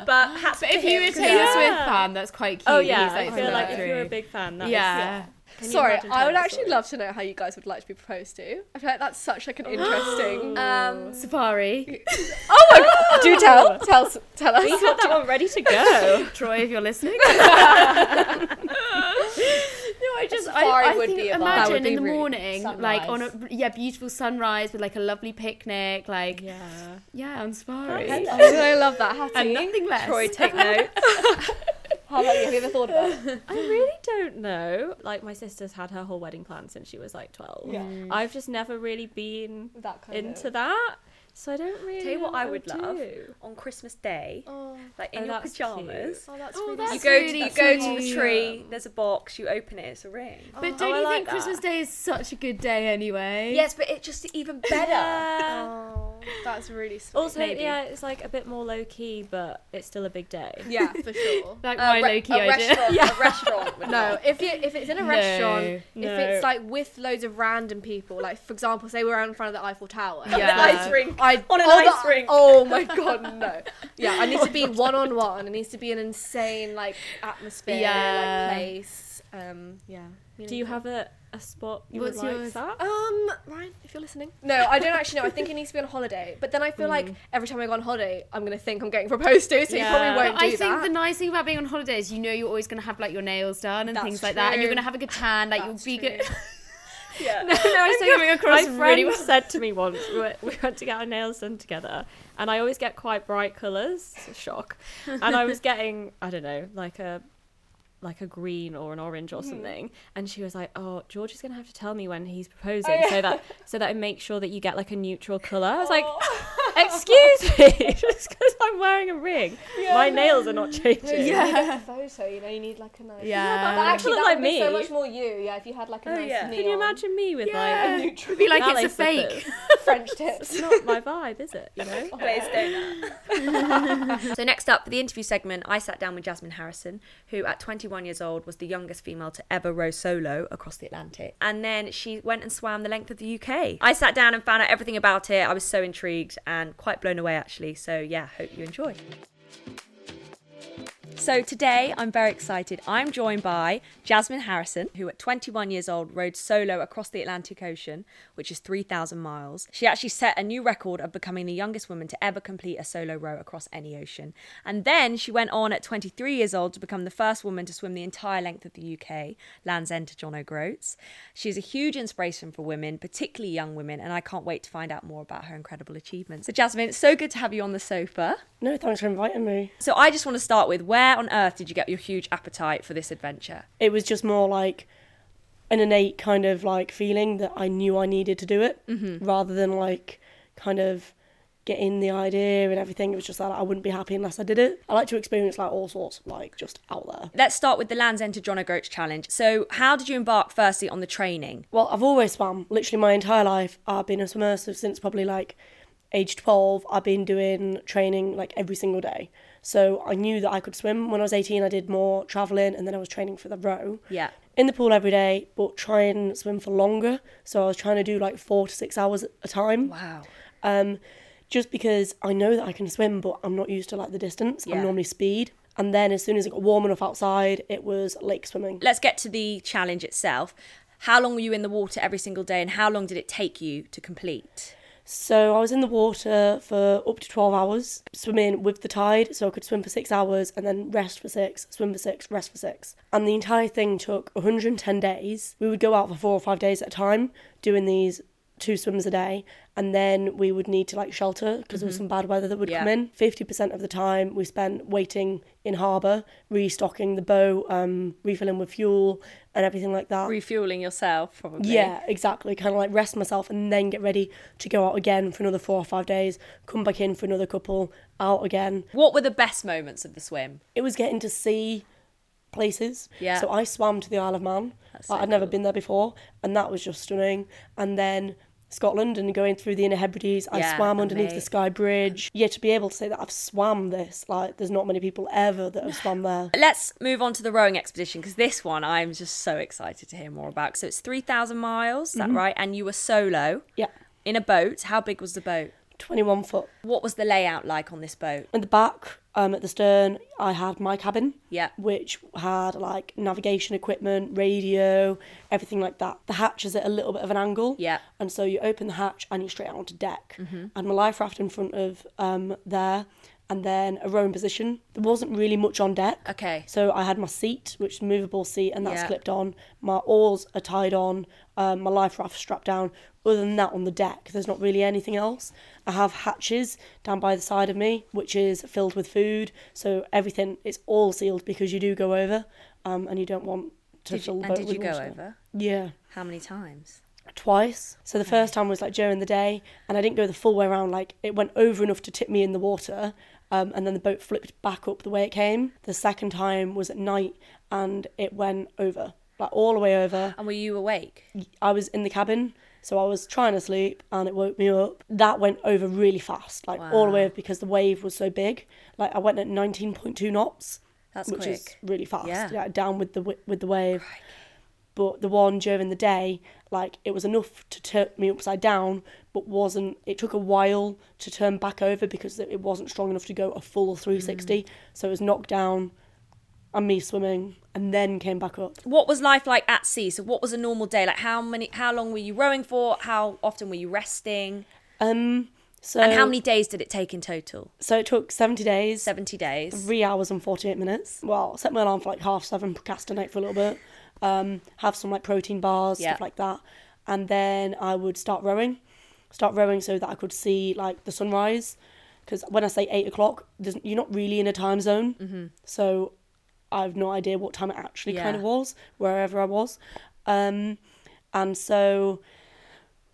[SPEAKER 4] But hats
[SPEAKER 1] But
[SPEAKER 4] to
[SPEAKER 1] if you were
[SPEAKER 4] him,
[SPEAKER 1] a
[SPEAKER 4] 'cause
[SPEAKER 1] Taylor Swift fan, that's quite cute.
[SPEAKER 3] Oh
[SPEAKER 1] that
[SPEAKER 3] yeah,
[SPEAKER 1] he's,
[SPEAKER 3] I feel
[SPEAKER 1] put
[SPEAKER 3] like
[SPEAKER 1] that
[SPEAKER 3] if you're a
[SPEAKER 1] through.
[SPEAKER 3] big fan, that is-
[SPEAKER 1] yeah.
[SPEAKER 2] Sorry,
[SPEAKER 3] imagine
[SPEAKER 2] I would
[SPEAKER 3] Taylor
[SPEAKER 2] actually
[SPEAKER 3] Swift?
[SPEAKER 2] love to know how you guys would like to be proposed to. I feel like that's such like an interesting.
[SPEAKER 4] Um,
[SPEAKER 1] Safari,
[SPEAKER 2] oh my! Do tell, tell, us- tell us.
[SPEAKER 3] We had that one ready to go.
[SPEAKER 1] Troy, if you're listening. No, I just I,
[SPEAKER 2] safari
[SPEAKER 1] I
[SPEAKER 2] would
[SPEAKER 1] think
[SPEAKER 2] be a vibe. That
[SPEAKER 1] imagine
[SPEAKER 2] would be
[SPEAKER 1] in the
[SPEAKER 2] really-
[SPEAKER 1] morning, like on a yeah beautiful sunrise with like a lovely picnic, like yeah,
[SPEAKER 3] yeah.
[SPEAKER 1] on safari,
[SPEAKER 2] Oh, I love that. Hattie.
[SPEAKER 1] and nothing less.
[SPEAKER 4] Troy, take note.
[SPEAKER 2] How about you? Have you ever thought about it?
[SPEAKER 3] I really don't know. Like my sister's had her whole wedding plan since she was like twelve.
[SPEAKER 2] Yeah.
[SPEAKER 3] I've just never really been
[SPEAKER 2] that kind
[SPEAKER 3] into
[SPEAKER 2] of?
[SPEAKER 3] that, so I don't really.
[SPEAKER 4] Tell you what
[SPEAKER 3] know
[SPEAKER 4] I would
[SPEAKER 3] to
[SPEAKER 4] love
[SPEAKER 3] do.
[SPEAKER 4] on Christmas Day,
[SPEAKER 2] Oh,
[SPEAKER 4] like in
[SPEAKER 3] Oh,
[SPEAKER 4] your
[SPEAKER 3] that's
[SPEAKER 4] pajamas.
[SPEAKER 2] oh, that's
[SPEAKER 1] Oh,
[SPEAKER 2] really.
[SPEAKER 1] that's
[SPEAKER 4] You go
[SPEAKER 1] really
[SPEAKER 4] to you go to the
[SPEAKER 1] cute.
[SPEAKER 4] tree. There's a box. You open it. It's a ring.
[SPEAKER 1] But
[SPEAKER 3] Oh,
[SPEAKER 1] don't
[SPEAKER 3] I
[SPEAKER 1] you
[SPEAKER 3] like
[SPEAKER 1] think Christmas
[SPEAKER 3] that.
[SPEAKER 1] Day is such a good day anyway?
[SPEAKER 4] Yes, but it's just even better.
[SPEAKER 3] Yeah.
[SPEAKER 2] Oh, that's really sweet.
[SPEAKER 3] Also,
[SPEAKER 4] Maybe.
[SPEAKER 3] yeah, it's like a bit more low key, but it's still a big day.
[SPEAKER 2] yeah, for sure.
[SPEAKER 1] like
[SPEAKER 4] A
[SPEAKER 1] my
[SPEAKER 4] re-
[SPEAKER 1] low key
[SPEAKER 4] a
[SPEAKER 1] idea.
[SPEAKER 4] restaurant. A restaurant. would
[SPEAKER 2] No,
[SPEAKER 4] love.
[SPEAKER 2] if you if it's in a
[SPEAKER 1] No,
[SPEAKER 2] restaurant,
[SPEAKER 3] no.
[SPEAKER 2] if it's like with loads of random people, like for example, say we're out in front of the Eiffel Tower.
[SPEAKER 1] Yeah.
[SPEAKER 4] An ice rink.
[SPEAKER 2] I
[SPEAKER 4] On an
[SPEAKER 2] oh,
[SPEAKER 4] ice
[SPEAKER 2] the-
[SPEAKER 4] rink.
[SPEAKER 2] Oh my god, no. Yeah, I need to be one on one. It needs to be an insane like atmosphere,
[SPEAKER 1] Yeah.
[SPEAKER 2] like place. Um, yeah.
[SPEAKER 3] Do you have a, a spot you
[SPEAKER 1] What's
[SPEAKER 3] would like
[SPEAKER 1] yours?
[SPEAKER 3] that?
[SPEAKER 2] Um, Ryan, if you're listening. Mm. No, I don't actually know. I think it needs to be on holiday. But then I feel like every time I go on holiday, I'm gonna think I'm getting proposed to, so
[SPEAKER 3] Yeah.
[SPEAKER 2] you probably won't
[SPEAKER 1] But I
[SPEAKER 2] do
[SPEAKER 1] think
[SPEAKER 2] that.
[SPEAKER 1] the nice thing about being on holiday is you know you're always going to have like your nails done and
[SPEAKER 2] That's
[SPEAKER 1] things like that, and you're
[SPEAKER 2] true.
[SPEAKER 1] going to have a good tan. Like
[SPEAKER 2] That's
[SPEAKER 1] you'll be
[SPEAKER 2] true.
[SPEAKER 1] good.
[SPEAKER 4] Yeah.
[SPEAKER 1] I'm coming across
[SPEAKER 3] My
[SPEAKER 1] really
[SPEAKER 3] friend
[SPEAKER 1] well.
[SPEAKER 3] said to me once, we went, we went to get our nails done together, and I always get quite bright colours. It's a shock. And I was getting, I don't know, like a like a green or an orange or something. And she was like, "Oh, George is gonna have to tell me when he's proposing, so that so that I make sure that you get like a neutral colour." I was like, "Excuse me, just because I'm wearing a ring, my nails are not changing."
[SPEAKER 2] yeah. You get the photo, you know, you need like a nice.
[SPEAKER 1] Yeah.
[SPEAKER 2] but actually,
[SPEAKER 3] People
[SPEAKER 2] that
[SPEAKER 3] like
[SPEAKER 2] would be so
[SPEAKER 3] me.
[SPEAKER 2] much more you. Yeah, if you had like a
[SPEAKER 4] Oh,
[SPEAKER 2] nice
[SPEAKER 4] yeah. Can
[SPEAKER 2] neon
[SPEAKER 3] Can you imagine me with
[SPEAKER 1] Yeah.
[SPEAKER 3] like
[SPEAKER 1] It'd be like
[SPEAKER 3] ballet
[SPEAKER 1] it's a fake.
[SPEAKER 3] slippers?
[SPEAKER 2] French tips.
[SPEAKER 3] It's not my vibe, is it? You know.
[SPEAKER 4] Please don't. so next up for the interview segment, I sat down with Jasmine Harrison, who at 21 years old was the youngest female to ever row solo across the Atlantic. And then she went and swam the length of the UK. I sat down and found out everything about it. I was so intrigued and quite blown away actually. So yeah, hope you enjoy. So today I'm very excited. I'm joined by Jasmine Harrison, who at 21 years old rode solo across the Atlantic Ocean, which is 3,000 miles. She actually set a new record of becoming the youngest woman to ever complete a solo row across any ocean. And then she went on at 23 years old to become the first woman to swim the entire length of the UK, Land's End to John O'Groats. She is a huge inspiration for women, particularly young women, and I can't wait to find out more about her incredible achievements. So Jasmine, it's so good to have you on the sofa.
[SPEAKER 6] No, thanks for inviting me.
[SPEAKER 4] So I just want to start with where on earth did you get your huge appetite for this adventure?
[SPEAKER 6] It was just more like an innate kind of like feeling that I knew I needed to do it rather than like kind of getting the idea and everything. It was just that I wouldn't be happy unless I did it. I like to experience like all sorts, like just out there.
[SPEAKER 4] Let's start with the Land's End to John O'Groats challenge. So how did you embark firstly on the training?
[SPEAKER 6] Well, I've always swam. Literally my entire life, I've been a submersive since probably like age 12. I've been doing training like every single day. So I knew that I could swim. When I was 18, I did more travelling and then I was training for the row.
[SPEAKER 4] Yeah.
[SPEAKER 6] In the pool every day, but try and swim for longer. So I was trying to do like four to six hours at a time.
[SPEAKER 4] Wow.
[SPEAKER 6] Um, just because I know that I can swim, but I'm not used to like the distance.
[SPEAKER 4] Yeah.
[SPEAKER 6] I'm normally speed. And then as soon as it got warm enough outside, it was lake swimming.
[SPEAKER 4] Let's get to the challenge itself. How long were you in the water every single day and how long did it take you to complete?
[SPEAKER 6] So I was in the water for up to 12 hours, swimming with the tide. So I could swim for six hours and then rest for six, swim for six, rest for six. And the entire thing took 110 days. We would go out for four or five days at a time doing these two swims a day. And then we would need to like shelter because there was some bad weather that would
[SPEAKER 4] Yeah.
[SPEAKER 6] come in. 50% of the time we spent waiting in harbour, restocking the boat, um, refilling with fuel and everything like that.
[SPEAKER 4] Refueling yourself probably.
[SPEAKER 6] Yeah, exactly. Kind of like rest myself and then get ready to go out again for another four or five days, come back in for another couple, out again.
[SPEAKER 4] What were the best moments of the swim?
[SPEAKER 6] It was getting to see places.
[SPEAKER 4] Yeah.
[SPEAKER 6] So I swam to the Isle of Man.
[SPEAKER 4] so
[SPEAKER 6] Like, I'd never been there before, and that was just stunning. And then Scotland and going through the Inner Hebrides,
[SPEAKER 4] Yeah,
[SPEAKER 6] I swam underneath
[SPEAKER 4] amazing.
[SPEAKER 6] the Sky Bridge. Yeah, to be able to say that I've swam this, like, there's not many people ever that have swam there.
[SPEAKER 4] Let's move on to the rowing expedition because this one I'm just so excited to hear more about. So it's 3,000 miles, is that right? And you were solo
[SPEAKER 6] Yeah,
[SPEAKER 4] in a boat. How big was the boat?
[SPEAKER 6] 21 foot.
[SPEAKER 4] What was the layout like on this boat?
[SPEAKER 6] In the back, um, at the stern, I had my cabin.
[SPEAKER 4] Yeah.
[SPEAKER 6] Which had like navigation equipment, radio, everything like that. The hatch is at a little bit of an angle.
[SPEAKER 4] Yeah.
[SPEAKER 6] And so you open the hatch and you're straight out onto deck. And my life raft in front of um, there, and then a rowing position. There wasn't really much on deck.
[SPEAKER 4] Okay.
[SPEAKER 6] So I had my seat, which is a movable seat, and that's
[SPEAKER 4] Yeah.
[SPEAKER 6] clipped on. My oars are tied on. Um, my life raft strapped down. Other than that, on the deck, there's not really anything else. I have hatches down by the side of me, which is filled with food. So everything, it's all sealed because you do go over, um, and you don't want to
[SPEAKER 4] Did you,
[SPEAKER 6] fill the
[SPEAKER 4] and
[SPEAKER 6] boat
[SPEAKER 4] did
[SPEAKER 6] with
[SPEAKER 4] you go
[SPEAKER 6] water.
[SPEAKER 4] over?
[SPEAKER 6] Yeah,
[SPEAKER 4] How many times?
[SPEAKER 6] twice. So the first time was like during the day, and I didn't go the full way around. Like it went over enough to tip me in the water, um, and then the boat flipped back up the way it came. The second time was at night, and it went over like all the way over.
[SPEAKER 4] And were you awake?
[SPEAKER 6] I was in the cabin, so I was trying to sleep, and it woke me up. That went over really fast, like all the way over because the wave was so big. Like I went at nineteen point two knots
[SPEAKER 4] That's
[SPEAKER 6] which
[SPEAKER 4] quick.
[SPEAKER 6] is really fast.
[SPEAKER 4] Yeah.
[SPEAKER 6] Yeah. down with the wi- with the wave. But the one during the day, like it was enough to turn me upside down, but wasn't. It took a while to turn back over because it it wasn't strong enough to go a full
[SPEAKER 4] Mm.
[SPEAKER 6] 360. So it was knocked down, and me swimming, and then came back up.
[SPEAKER 4] What was life like at sea? So what was a normal day? Like how many how long were you rowing for? How often were you resting?
[SPEAKER 6] Um. So
[SPEAKER 4] And how many days did it take in total?
[SPEAKER 6] So it took 70 days.
[SPEAKER 4] 70 days.
[SPEAKER 6] three hours and 48 minutes. Well, set my alarm for like half seven, procrastinate for a little bit, um, have some like protein bars,
[SPEAKER 4] Yeah.
[SPEAKER 6] stuff like that. And then I would start rowing, start rowing so that I could see like the sunrise. Because when I say eight o'clock, there's, you're not really in a time zone. So I've no idea what time it actually
[SPEAKER 4] Mm-hmm. Yeah.
[SPEAKER 6] kind of was, wherever I was. Um, and so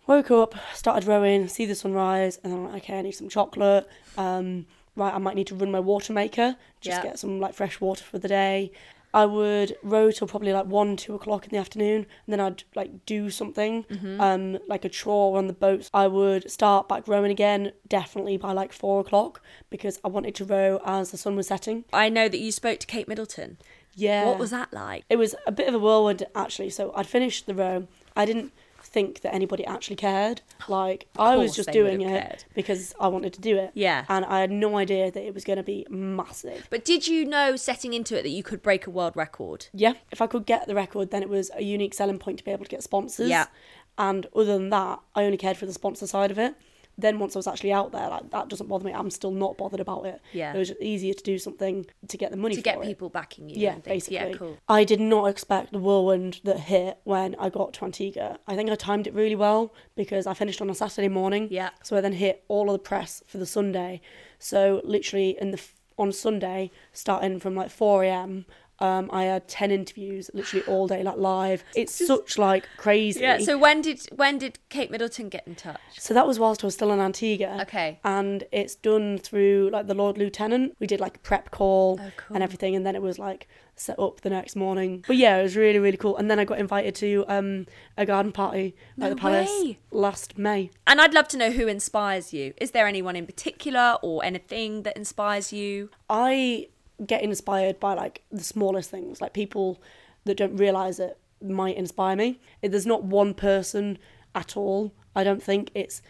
[SPEAKER 6] woke up, started rowing, see the sunrise, and I'm like, okay, I need some chocolate. Um, right, I might need to run my water maker, just
[SPEAKER 4] Yeah.
[SPEAKER 6] get some like fresh water for the day. I would row till probably like one, two o'clock in the afternoon, and then I'd like do something, um, like a chore on the boats. I would start back rowing again, definitely by like four o'clock, because I wanted to row as the sun was setting.
[SPEAKER 4] I know that you spoke to Kate Middleton.
[SPEAKER 6] Yeah.
[SPEAKER 4] What was that like?
[SPEAKER 6] It was a bit of a whirlwind actually. So I'd finished the row. I didn't think that anybody actually cared. Like I was
[SPEAKER 4] course
[SPEAKER 6] just
[SPEAKER 4] they would
[SPEAKER 6] doing
[SPEAKER 4] have
[SPEAKER 6] it
[SPEAKER 4] cared.
[SPEAKER 6] because I wanted to do it.
[SPEAKER 4] Yeah.
[SPEAKER 6] And I had no idea that it was going to be massive.
[SPEAKER 4] But did you know setting into it that you could break a world record?
[SPEAKER 6] Yeah. If I could get the record, then it was a unique selling point to be able to get sponsors.
[SPEAKER 4] Yeah.
[SPEAKER 6] And other than that, I only cared for the sponsor side of it. Then once I was actually out there, like, that doesn't bother me. I'm still not bothered about it.
[SPEAKER 4] Yeah.
[SPEAKER 6] It was just easier to do something to get the money
[SPEAKER 4] To get
[SPEAKER 6] for it.
[SPEAKER 4] people backing you.
[SPEAKER 6] Yeah,
[SPEAKER 4] and things.
[SPEAKER 6] basically.
[SPEAKER 4] Yeah, cool.
[SPEAKER 6] I did not expect the whirlwind that hit when I got to Antigua. I think I timed it really well because I finished on a Saturday morning.
[SPEAKER 4] Yeah.
[SPEAKER 6] So I then hit all of the press for the Sunday. So literally in the f- on Sunday, starting from like 4 a.m. Um, I had ten interviews, literally all day, like live. It's such like crazy.
[SPEAKER 4] Yeah. So when did when did Kate Middleton get in touch?
[SPEAKER 6] So that was whilst I was still in Antigua.
[SPEAKER 4] Okay.
[SPEAKER 6] And it's done through like the Lord Lieutenant. We did like a prep call
[SPEAKER 4] Oh,
[SPEAKER 6] and everything, and then it was like set up the next morning. But yeah, it was really really cool. And then I got invited to um a garden party at the Palace
[SPEAKER 4] way.
[SPEAKER 6] last May.
[SPEAKER 4] And I'd love to know who inspires you. Is there anyone in particular or anything that inspires you?
[SPEAKER 6] I get inspired by like the smallest things, like people that don't realize it might inspire me. If There's not one person at all. I don't think it's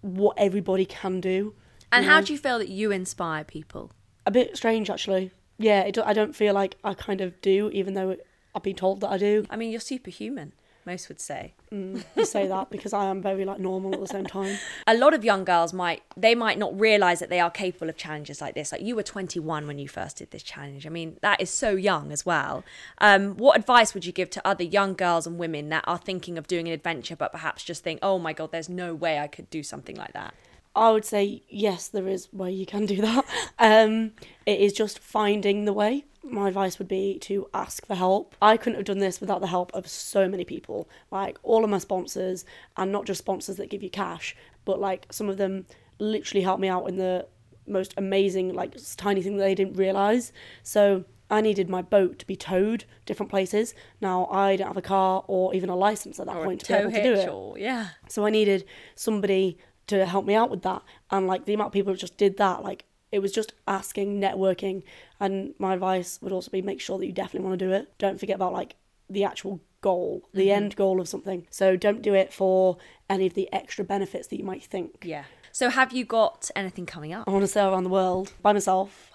[SPEAKER 6] what everybody can do.
[SPEAKER 4] And how do you feel that you inspire people?
[SPEAKER 6] a bit strange actually yeah it, do- i don't feel like i kind of do even though i've been told that i do
[SPEAKER 4] I mean, you're superhuman. Most would say.
[SPEAKER 6] you say that because i am very like normal at the same time
[SPEAKER 4] a lot of young girls might they might not realize that they are capable of challenges like this like you were 21 when you first did this challenge i mean that is so young as well um, what advice would you give to other young girls and women that are thinking of doing an adventure but perhaps just think oh my god there's no way i could do something like that
[SPEAKER 6] i would say yes there is way you can do that um it is just finding the way my advice would be to ask for help i couldn't have done this without the help of so many people like all of my sponsors and not just sponsors that give you cash but like some of them literally helped me out in the most amazing like s- tiny thing that they didn't realize so i needed my boat to be towed different places now i don't have a car or even a license at that point to be able to do it
[SPEAKER 4] or yeah
[SPEAKER 6] so i needed somebody to help me out with that and like the amount of people who just did that like it was just asking networking and my advice would also be make sure that you definitely want to do it don't forget about like the actual goal the end goal of something so don't do it for any of the extra benefits that you might think
[SPEAKER 4] yeah so have you got anything coming up
[SPEAKER 6] I want to sail around the world by myself.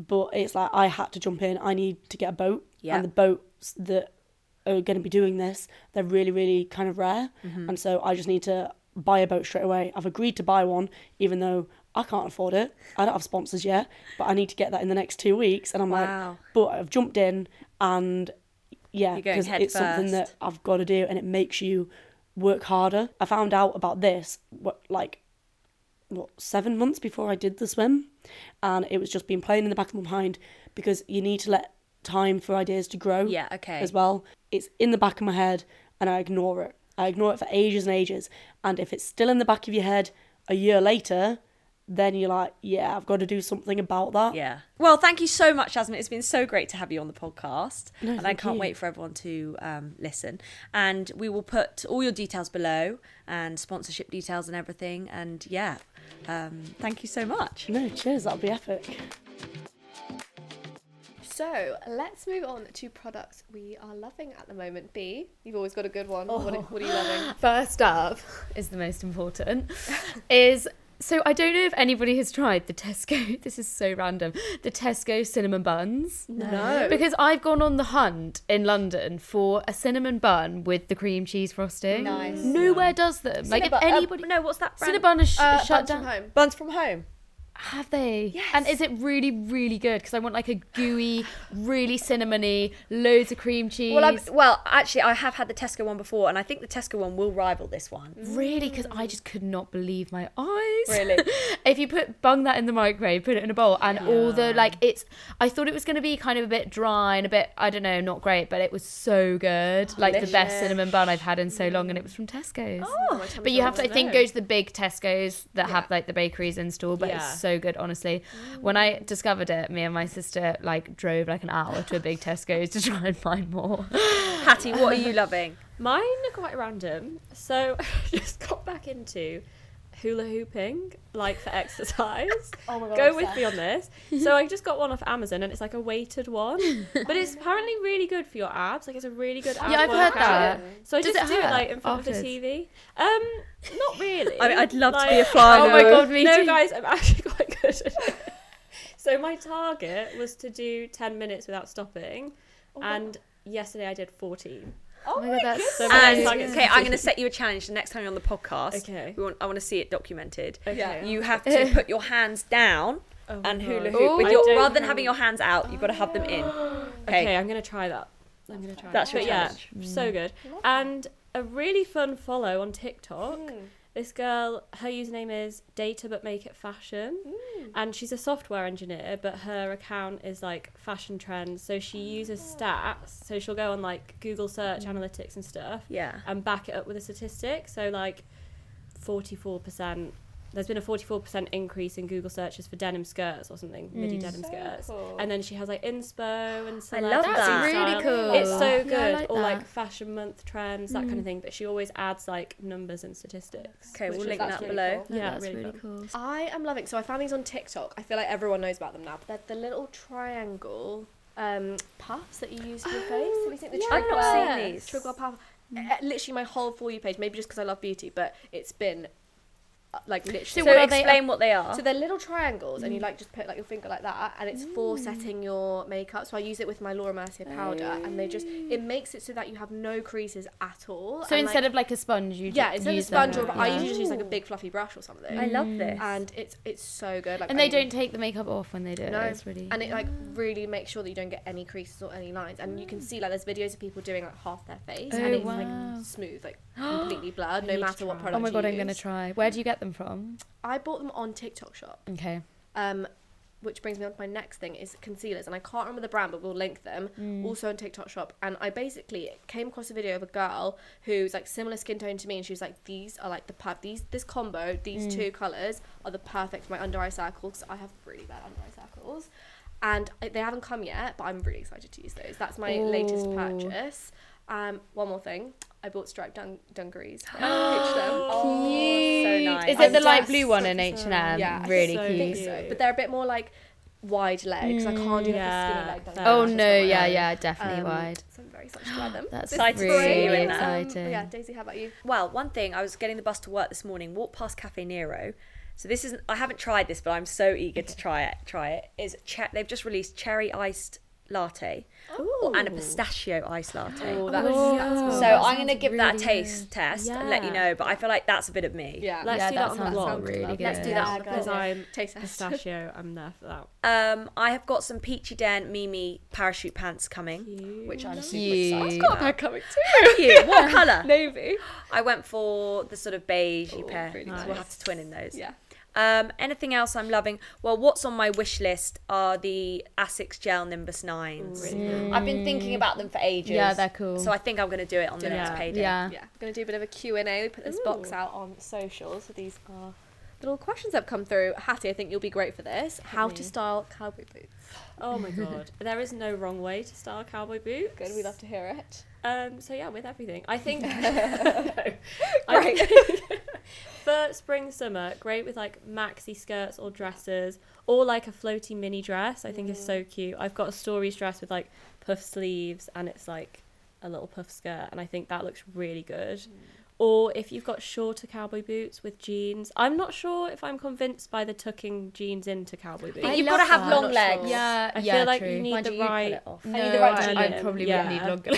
[SPEAKER 6] But it's like I had to jump in. I need to get a boat,
[SPEAKER 4] Yeah.
[SPEAKER 6] and the boats that are going to be doing this, they're really, really kind of rare,
[SPEAKER 4] Mm-hmm.
[SPEAKER 6] and so I just need to buy a boat straight away. I've agreed to buy one, even though I can't afford it. I don't have sponsors yet, but I need to get that in the next two weeks. And I'm
[SPEAKER 4] Wow.
[SPEAKER 6] like, but I've jumped in, and yeah,
[SPEAKER 4] You're going
[SPEAKER 6] because
[SPEAKER 4] head
[SPEAKER 6] it's something that
[SPEAKER 4] first.
[SPEAKER 6] I've got to do, and it makes you work harder. I found out about this, what like what seven months before I did the swim, and it was just been playing in the back of my mind because you need to let time for ideas to grow.
[SPEAKER 4] Yeah, okay.
[SPEAKER 6] As well, it's in the back of my head, and I ignore it. I ignore it for ages and ages, and if it's still in the back of your head a year later, then you're like, yeah, I've got to do something about that.
[SPEAKER 4] yeah well thank you so much jasmine it's been so great to have you on the podcast and i
[SPEAKER 6] thank
[SPEAKER 4] can't
[SPEAKER 6] you.
[SPEAKER 4] wait for everyone to um, listen and we will put all your details below and sponsorship details and everything and yeah um, thank you so much
[SPEAKER 6] No, cheers. That'll be epic.
[SPEAKER 2] So let's move on to products we are loving at the moment. B, you've always got a good one. What, are, what are you loving?
[SPEAKER 1] First up is the most important. is so I don't know if anybody has tried the Tesco. This is so random. The Tesco cinnamon buns.
[SPEAKER 2] No.
[SPEAKER 1] Because I've gone on the hunt in London for a cinnamon bun with the cream cheese frosting.
[SPEAKER 2] Nice.
[SPEAKER 1] Nowhere does them. like if
[SPEAKER 2] Cinnabon- uh,
[SPEAKER 1] anybody
[SPEAKER 4] no what's that brand?
[SPEAKER 1] Cinnabon is sh-
[SPEAKER 2] Uh,
[SPEAKER 1] shut
[SPEAKER 2] Bunch from
[SPEAKER 1] down.
[SPEAKER 2] Home.
[SPEAKER 4] buns from home
[SPEAKER 1] Have they? Yes. And is it really, really good? Because I want like a gooey, really cinnamony, loads of cream cheese.
[SPEAKER 4] well, I'm, well actually i have had the tesco one before and i think the tesco one will rival this one
[SPEAKER 1] Really, because I just could not believe my eyes.
[SPEAKER 4] Really?
[SPEAKER 1] if you put bung that in the microwave, put it in a bowl, and all the like, it's. I thought it was going to be kind of a bit dry and a bit, I don't know, not great, but it was so good. like the best cinnamon bun I've had in so long, and it was from Tesco's.
[SPEAKER 2] Oh, my tummy's
[SPEAKER 1] but you have to, I
[SPEAKER 2] rolling.
[SPEAKER 1] think, go to the big Tesco's that have like the bakeries in store. But
[SPEAKER 3] Yeah.
[SPEAKER 1] it's so good, honestly.
[SPEAKER 2] Mm.
[SPEAKER 1] When I discovered it, me and my sister like drove like an hour to a big Tesco's to try and find more.
[SPEAKER 4] hattie what are you loving
[SPEAKER 3] Mine are quite random. So I just got back into hula hooping, like for exercise.
[SPEAKER 1] Oh my god.
[SPEAKER 3] Go with me on this. So I just got one off Amazon and it's like a weighted one, but it's apparently really good for your abs. Like it's a really good ab
[SPEAKER 1] Yeah,
[SPEAKER 2] Oh,
[SPEAKER 1] I've heard
[SPEAKER 3] workout.
[SPEAKER 1] that.
[SPEAKER 3] So I
[SPEAKER 1] Does
[SPEAKER 3] just
[SPEAKER 1] it
[SPEAKER 3] do it
[SPEAKER 1] hurt
[SPEAKER 3] like in front of
[SPEAKER 1] afterwards?
[SPEAKER 3] the TV. Um, not really.
[SPEAKER 4] I mean, I'd love to be a
[SPEAKER 3] Like-
[SPEAKER 4] fly.
[SPEAKER 1] Oh my
[SPEAKER 4] though.
[SPEAKER 1] god, me
[SPEAKER 3] no,
[SPEAKER 1] too.
[SPEAKER 3] guys, I'm actually quite good. at it. so my target was to do 10 minutes without stopping, and yesterday I did 14.
[SPEAKER 1] Oh my god, that's so
[SPEAKER 3] goodness.
[SPEAKER 4] And
[SPEAKER 1] amazing.
[SPEAKER 3] Target's
[SPEAKER 4] okay, I'm going to set you a challenge the next time you're on the podcast.
[SPEAKER 3] Okay.
[SPEAKER 4] We want, I want to see it documented.
[SPEAKER 3] Okay.
[SPEAKER 4] Yeah. You have to put your hands down
[SPEAKER 3] Oh
[SPEAKER 4] and
[SPEAKER 3] my
[SPEAKER 4] hula
[SPEAKER 3] God.
[SPEAKER 4] hoop with
[SPEAKER 3] I
[SPEAKER 4] your,
[SPEAKER 3] don't
[SPEAKER 4] rather than
[SPEAKER 3] know. Oh.
[SPEAKER 4] having your hands out, you've got to have them in.
[SPEAKER 3] Okay, I'm gonna try that. I'm gonna try.
[SPEAKER 4] That's
[SPEAKER 3] that.
[SPEAKER 4] your
[SPEAKER 3] But
[SPEAKER 4] challenge.
[SPEAKER 3] Yeah, so good. And a really fun follow on TikTok. This girl, her username is Data But Make It Fashion, and she's a software engineer. But her account is like fashion trends, so she uses stats. So she'll go on like Google search analytics and stuff,
[SPEAKER 4] Yeah.
[SPEAKER 3] and back it up with a statistic. So like, forty-four percent. There's been a forty-four percent increase in Google searches for denim skirts or something, midi denim skirts. And then she has like inspo and
[SPEAKER 4] I
[SPEAKER 3] select
[SPEAKER 4] love
[SPEAKER 3] and
[SPEAKER 4] that.
[SPEAKER 1] That's
[SPEAKER 3] style.
[SPEAKER 1] really cool.
[SPEAKER 3] It's so good.
[SPEAKER 1] Yeah, I like
[SPEAKER 3] or like
[SPEAKER 1] that.
[SPEAKER 3] fashion month trends, that kind of thing. But she always adds like numbers and statistics.
[SPEAKER 4] Okay,
[SPEAKER 3] which
[SPEAKER 4] we'll
[SPEAKER 3] is
[SPEAKER 4] link that
[SPEAKER 3] actually
[SPEAKER 4] below.
[SPEAKER 3] cool. Yeah,
[SPEAKER 1] that's
[SPEAKER 3] really,
[SPEAKER 1] really
[SPEAKER 3] cool.
[SPEAKER 1] cool.
[SPEAKER 2] I am loving. So I found these on TikTok. I feel like everyone knows about them now. But they're the little triangle um, puffs that you use for your face. Have you seen the
[SPEAKER 3] yeah.
[SPEAKER 4] I've not
[SPEAKER 2] Trigwell-
[SPEAKER 4] seen these.
[SPEAKER 2] Trigwell puff. Uh, Literally my whole for you page. Maybe just because I love beauty, but it's been uh, like literally.
[SPEAKER 4] So,
[SPEAKER 1] what are they-
[SPEAKER 4] explain what they are.
[SPEAKER 2] So they're little triangles, and you like just put like your finger like that, and it's for setting your makeup. So I use it with my Laura Mercier powder, and they just it makes it so that you have no creases at all.
[SPEAKER 1] So
[SPEAKER 2] and,
[SPEAKER 1] instead
[SPEAKER 2] like,
[SPEAKER 1] of like a sponge, you
[SPEAKER 2] yeah,
[SPEAKER 1] ju-
[SPEAKER 2] instead of
[SPEAKER 1] use
[SPEAKER 2] sponge,
[SPEAKER 1] them.
[SPEAKER 2] or I
[SPEAKER 1] Yeah.
[SPEAKER 2] usually just use like a big fluffy brush or something.
[SPEAKER 4] I love this.
[SPEAKER 2] and it's it's so good. Like
[SPEAKER 1] And they
[SPEAKER 2] I'm-
[SPEAKER 1] don't take the makeup off when they do it.
[SPEAKER 2] no,
[SPEAKER 1] It's really.
[SPEAKER 2] and it like really makes sure that you don't get any creases or any lines, and you can see like there's videos of people doing like half their face,
[SPEAKER 1] Oh,
[SPEAKER 2] and it's
[SPEAKER 1] wow.
[SPEAKER 2] like smooth, like completely blurred,
[SPEAKER 3] need
[SPEAKER 2] no
[SPEAKER 3] to
[SPEAKER 2] matter what
[SPEAKER 3] try.
[SPEAKER 2] product.
[SPEAKER 1] oh my
[SPEAKER 2] you
[SPEAKER 1] god, I'm gonna
[SPEAKER 2] use.
[SPEAKER 1] try. Where do you get them from?
[SPEAKER 2] I bought them on TikTok Shop.
[SPEAKER 1] Okay.
[SPEAKER 2] Um, which brings me on to my next thing is concealers, and I can't remember the brand, but we'll link them. Also on TikTok Shop, and I basically came across a video of a girl who's like similar skin tone to me, and she was like, "These are like the pub. These this combo, these two colors are the perfect for my under eye circles. 'cause I have really bad under eye circles, and I- they haven't come yet, but I'm really excited to use those. That's my latest
[SPEAKER 1] Ooh.
[SPEAKER 2] purchase. Um, one more thing, I bought striped dun- dungarees. I pitched them.
[SPEAKER 4] Oh, so nice.
[SPEAKER 1] Is it the
[SPEAKER 2] I'm
[SPEAKER 1] light
[SPEAKER 2] just
[SPEAKER 1] blue one in H and M?
[SPEAKER 2] Yeah, I
[SPEAKER 1] Um, really
[SPEAKER 3] so
[SPEAKER 1] cute.
[SPEAKER 2] think so. But they're a bit more like wide legs. I can't do
[SPEAKER 3] yeah,
[SPEAKER 2] like a skinny leg.
[SPEAKER 3] fair.
[SPEAKER 1] Oh
[SPEAKER 2] Just
[SPEAKER 1] no,
[SPEAKER 2] not my
[SPEAKER 1] yeah,
[SPEAKER 2] own.
[SPEAKER 1] yeah, definitely
[SPEAKER 2] Um,
[SPEAKER 1] wide.
[SPEAKER 2] So I'm very excited to wear them.
[SPEAKER 1] That's
[SPEAKER 2] This
[SPEAKER 4] Excited to see
[SPEAKER 2] spring.
[SPEAKER 4] you in
[SPEAKER 2] Um,
[SPEAKER 4] that.
[SPEAKER 2] but yeah, Daisy, how about you?
[SPEAKER 4] Well, one thing I was getting the bus to work this morning, walked past Cafe Nero. So this isn't I haven't tried this, but I'm so eager to try it. Try it. Is che- they've just released cherry iced latte or- and a pistachio iced latte.
[SPEAKER 2] Oh,
[SPEAKER 1] Oh,
[SPEAKER 4] so I'm gonna give that a taste test and let you
[SPEAKER 3] Yeah.
[SPEAKER 4] know. But I feel like that's a bit of me.
[SPEAKER 2] Yeah.
[SPEAKER 3] Let's
[SPEAKER 1] Yeah,
[SPEAKER 3] do
[SPEAKER 1] that
[SPEAKER 3] that, on
[SPEAKER 1] sounds
[SPEAKER 3] the vlog.
[SPEAKER 1] really good.
[SPEAKER 2] Let's do
[SPEAKER 1] Yeah.
[SPEAKER 2] that on the
[SPEAKER 3] because
[SPEAKER 2] vlog.
[SPEAKER 3] I'm
[SPEAKER 2] taste test.
[SPEAKER 3] pistachio. I'm there for that.
[SPEAKER 4] Um, I have got some Peachy Den Mimi parachute pants coming, which I'm super excited
[SPEAKER 1] Cute.
[SPEAKER 4] about.
[SPEAKER 2] They're coming too.
[SPEAKER 4] Cute. What colour?
[SPEAKER 2] Navy.
[SPEAKER 4] I went for the sort of beige pair.
[SPEAKER 2] really
[SPEAKER 4] so We'll have to twin in those.
[SPEAKER 2] Yeah.
[SPEAKER 4] Um, anything else I'm loving? Well, what's on my wish list are the Asics Gel Nimbus 9s. I've been thinking about them for ages.
[SPEAKER 1] Mm. Yeah, they're cool.
[SPEAKER 4] So I think I'm going to do it on the next
[SPEAKER 3] Yeah.
[SPEAKER 4] payday.
[SPEAKER 1] Yeah.
[SPEAKER 2] Yeah, we're gonna do a bit of a Q and A. We put this box out on social, so these are little questions that have come through. Hattie, I think you'll be great for this. How to style cowboy boots?
[SPEAKER 3] Oh my god, there is no wrong way to style cowboy boots.
[SPEAKER 2] Good, we love to hear it.
[SPEAKER 3] Um, so yeah, with everything, I think. I think for spring summer, great with like maxi skirts or dresses, or like a floaty mini dress. I think is so
[SPEAKER 2] Mm.
[SPEAKER 3] cute. I've got a stories dress with like puff sleeves, and it's like a little puff skirt, and I think that looks really good.
[SPEAKER 2] Mm.
[SPEAKER 3] Or if you've got shorter cowboy boots with jeans, I'm not sure if I'm convinced by the tucking jeans into cowboy boots.
[SPEAKER 4] But
[SPEAKER 1] I
[SPEAKER 4] you've got to
[SPEAKER 1] love
[SPEAKER 4] have
[SPEAKER 1] that.
[SPEAKER 4] long
[SPEAKER 2] I'm not
[SPEAKER 4] legs.
[SPEAKER 2] sure.
[SPEAKER 1] Yeah,
[SPEAKER 3] I
[SPEAKER 1] yeah,
[SPEAKER 3] feel like
[SPEAKER 1] true.
[SPEAKER 3] you need
[SPEAKER 4] Mind
[SPEAKER 3] the
[SPEAKER 4] you, you cut
[SPEAKER 3] right
[SPEAKER 4] it off.
[SPEAKER 1] no,
[SPEAKER 2] need the right
[SPEAKER 1] I,
[SPEAKER 3] jean.
[SPEAKER 1] I probably would need
[SPEAKER 3] Yeah.
[SPEAKER 1] longer.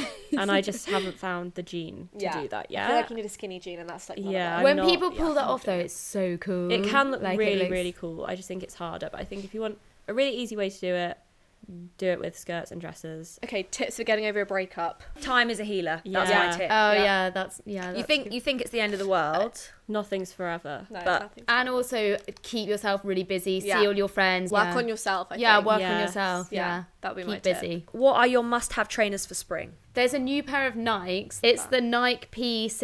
[SPEAKER 3] and I just haven't found the gene to
[SPEAKER 2] Yeah.
[SPEAKER 3] do that
[SPEAKER 2] I
[SPEAKER 3] yet.
[SPEAKER 2] feel like you need a skinny jean, and that's like not
[SPEAKER 3] Yeah.
[SPEAKER 2] bad.
[SPEAKER 3] I'm
[SPEAKER 1] when
[SPEAKER 3] not-
[SPEAKER 1] people
[SPEAKER 3] yeah,
[SPEAKER 1] pull that
[SPEAKER 3] I'm
[SPEAKER 1] off, though,
[SPEAKER 3] doing it.
[SPEAKER 1] it's so cool.
[SPEAKER 3] it can look
[SPEAKER 1] Mm-hmm. Like, it
[SPEAKER 3] really,
[SPEAKER 1] looks-
[SPEAKER 3] really cool. I just think it's harder, but I think if you want a really easy way to do it, do it with skirts and dresses.
[SPEAKER 2] Okay, tips for getting over a breakup.
[SPEAKER 4] Time is a healer. That's
[SPEAKER 3] Yeah.
[SPEAKER 4] my tip.
[SPEAKER 1] Oh yeah, that's yeah.
[SPEAKER 4] you
[SPEAKER 1] that's
[SPEAKER 4] think you think it's the end of the world?
[SPEAKER 3] Nothing's forever.
[SPEAKER 2] No,
[SPEAKER 4] But-
[SPEAKER 2] nothing.
[SPEAKER 1] and also keep yourself really busy.
[SPEAKER 2] Yeah.
[SPEAKER 1] See all your friends.
[SPEAKER 2] Work
[SPEAKER 1] yeah.
[SPEAKER 2] on yourself. I
[SPEAKER 1] yeah,
[SPEAKER 2] think.
[SPEAKER 1] work on
[SPEAKER 3] Yes.
[SPEAKER 1] yourself.
[SPEAKER 2] Yeah,
[SPEAKER 1] Yeah,
[SPEAKER 2] that'd be
[SPEAKER 1] keep
[SPEAKER 2] my tip.
[SPEAKER 1] busy.
[SPEAKER 4] What are your must-have trainers for spring?
[SPEAKER 1] There's a new pair of Nikes. It's the Nike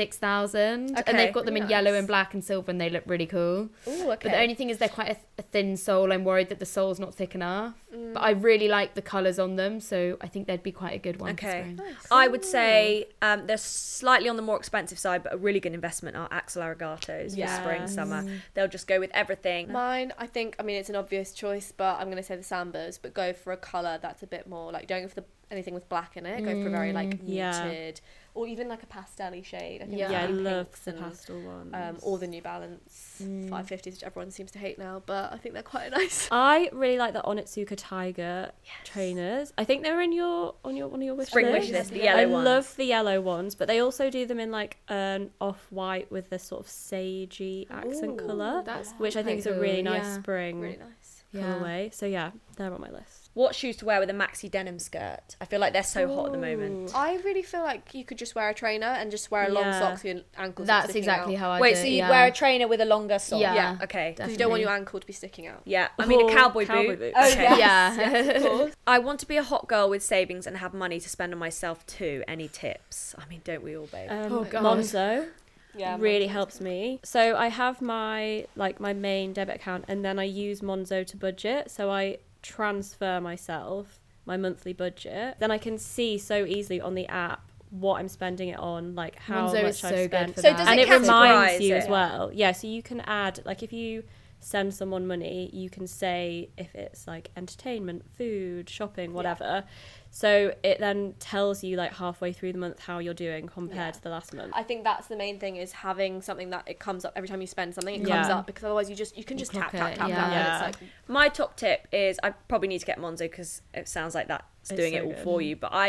[SPEAKER 1] P6000, and
[SPEAKER 4] Okay.
[SPEAKER 1] they've got them in
[SPEAKER 2] Really
[SPEAKER 1] yellow
[SPEAKER 2] nice.
[SPEAKER 1] and black and silver, and they look really cool.
[SPEAKER 2] Ooh, okay.
[SPEAKER 1] But the only thing is, they're quite a, th- a thin sole. I'm worried that the sole's not thick enough. But I really like the colours on them, so I think they'd be quite a good one. For
[SPEAKER 4] Okay.
[SPEAKER 1] spring.
[SPEAKER 4] I would say um, they're slightly on the more expensive side, but a really good investment are Axel Aragard stilettos
[SPEAKER 5] Yes.
[SPEAKER 4] for spring, summer. They'll just go with everything.
[SPEAKER 2] Mine, I think, I mean, it's an obvious choice, but I'm going to say the sambas, but go for a colour that's a bit more like, don't go for the, anything with black in it, go for a very like
[SPEAKER 3] yeah.
[SPEAKER 2] muted or even like a pastel shade. I think
[SPEAKER 1] Yeah.
[SPEAKER 3] Yeah, I
[SPEAKER 2] like
[SPEAKER 3] love
[SPEAKER 2] pinks
[SPEAKER 3] the
[SPEAKER 2] and,
[SPEAKER 3] pastel ones.
[SPEAKER 2] Um, or the New Balance 550s, which everyone seems to hate now, but I think they're quite nice.
[SPEAKER 3] I really like the Onitsuka Tiger trainers. I think they're in your on your one of your wish
[SPEAKER 4] Spring
[SPEAKER 3] lists.
[SPEAKER 4] wish list, the yellow
[SPEAKER 3] I
[SPEAKER 4] ones.
[SPEAKER 3] love the yellow ones, but they also do them in like an off white with this sort of sagey accent
[SPEAKER 2] Ooh,
[SPEAKER 3] colour,
[SPEAKER 1] that's
[SPEAKER 3] which I think is
[SPEAKER 1] quite
[SPEAKER 3] a really
[SPEAKER 1] cool,
[SPEAKER 3] nice
[SPEAKER 1] yeah.
[SPEAKER 3] spring
[SPEAKER 2] Really nice.
[SPEAKER 3] colorway. So yeah, they're on my list.
[SPEAKER 4] What shoes to wear with a maxi denim skirt? I feel like they're so hot at the moment.
[SPEAKER 2] I really feel like you could just wear a trainer and just wear a long
[SPEAKER 3] Yeah.
[SPEAKER 2] sock so your ankles.
[SPEAKER 1] That's exactly how I
[SPEAKER 4] Wait,
[SPEAKER 1] do
[SPEAKER 4] so
[SPEAKER 1] it,
[SPEAKER 4] you'd
[SPEAKER 1] yeah.
[SPEAKER 4] wear a trainer with a longer sock?
[SPEAKER 1] Yeah.
[SPEAKER 4] Okay.
[SPEAKER 2] Because you don't want
[SPEAKER 1] Definitely. Oh,
[SPEAKER 2] your ankle to be sticking out.
[SPEAKER 4] Yeah. I mean,
[SPEAKER 3] Or
[SPEAKER 4] a cowboy,
[SPEAKER 3] cowboy
[SPEAKER 4] boot.
[SPEAKER 3] boot.
[SPEAKER 4] Okay.
[SPEAKER 1] yeah.
[SPEAKER 4] I want to be a hot girl with savings and have money to spend on myself too. Any tips? I mean, don't we all, babe?
[SPEAKER 3] Um,
[SPEAKER 1] Oh, God.
[SPEAKER 3] Monzo
[SPEAKER 2] Yeah,
[SPEAKER 3] really helps me. So I have my like my main debit account, and then I use Monzo to budget. So I transfer myself my monthly budget. Then I can see so easily on the app what I'm spending it on, like how
[SPEAKER 1] Monzo
[SPEAKER 3] much
[SPEAKER 1] is so
[SPEAKER 3] I've
[SPEAKER 1] good
[SPEAKER 3] spent.
[SPEAKER 1] for
[SPEAKER 4] So
[SPEAKER 1] that.
[SPEAKER 4] does
[SPEAKER 3] and
[SPEAKER 4] it
[SPEAKER 3] it reminds
[SPEAKER 4] categorise
[SPEAKER 3] you as
[SPEAKER 4] it?
[SPEAKER 3] well. Yeah, so you can add like if you send someone money, you can say if it's like entertainment, food, shopping, whatever. So it then tells you like halfway through the month how you're doing compared
[SPEAKER 2] Yeah.
[SPEAKER 3] to the last month.
[SPEAKER 2] I think that's the main thing is having something that it comes up every time you spend something. It
[SPEAKER 3] Yeah.
[SPEAKER 2] comes up because otherwise you just you can just tap
[SPEAKER 1] clock
[SPEAKER 2] tap
[SPEAKER 1] it,
[SPEAKER 2] tap
[SPEAKER 1] yeah.
[SPEAKER 2] tap.
[SPEAKER 3] Yeah.
[SPEAKER 2] And it's like
[SPEAKER 4] My top tip is I probably need to get Monzo because it sounds like that's
[SPEAKER 3] It's
[SPEAKER 4] doing
[SPEAKER 3] so
[SPEAKER 4] it all
[SPEAKER 3] good.
[SPEAKER 4] for you. But I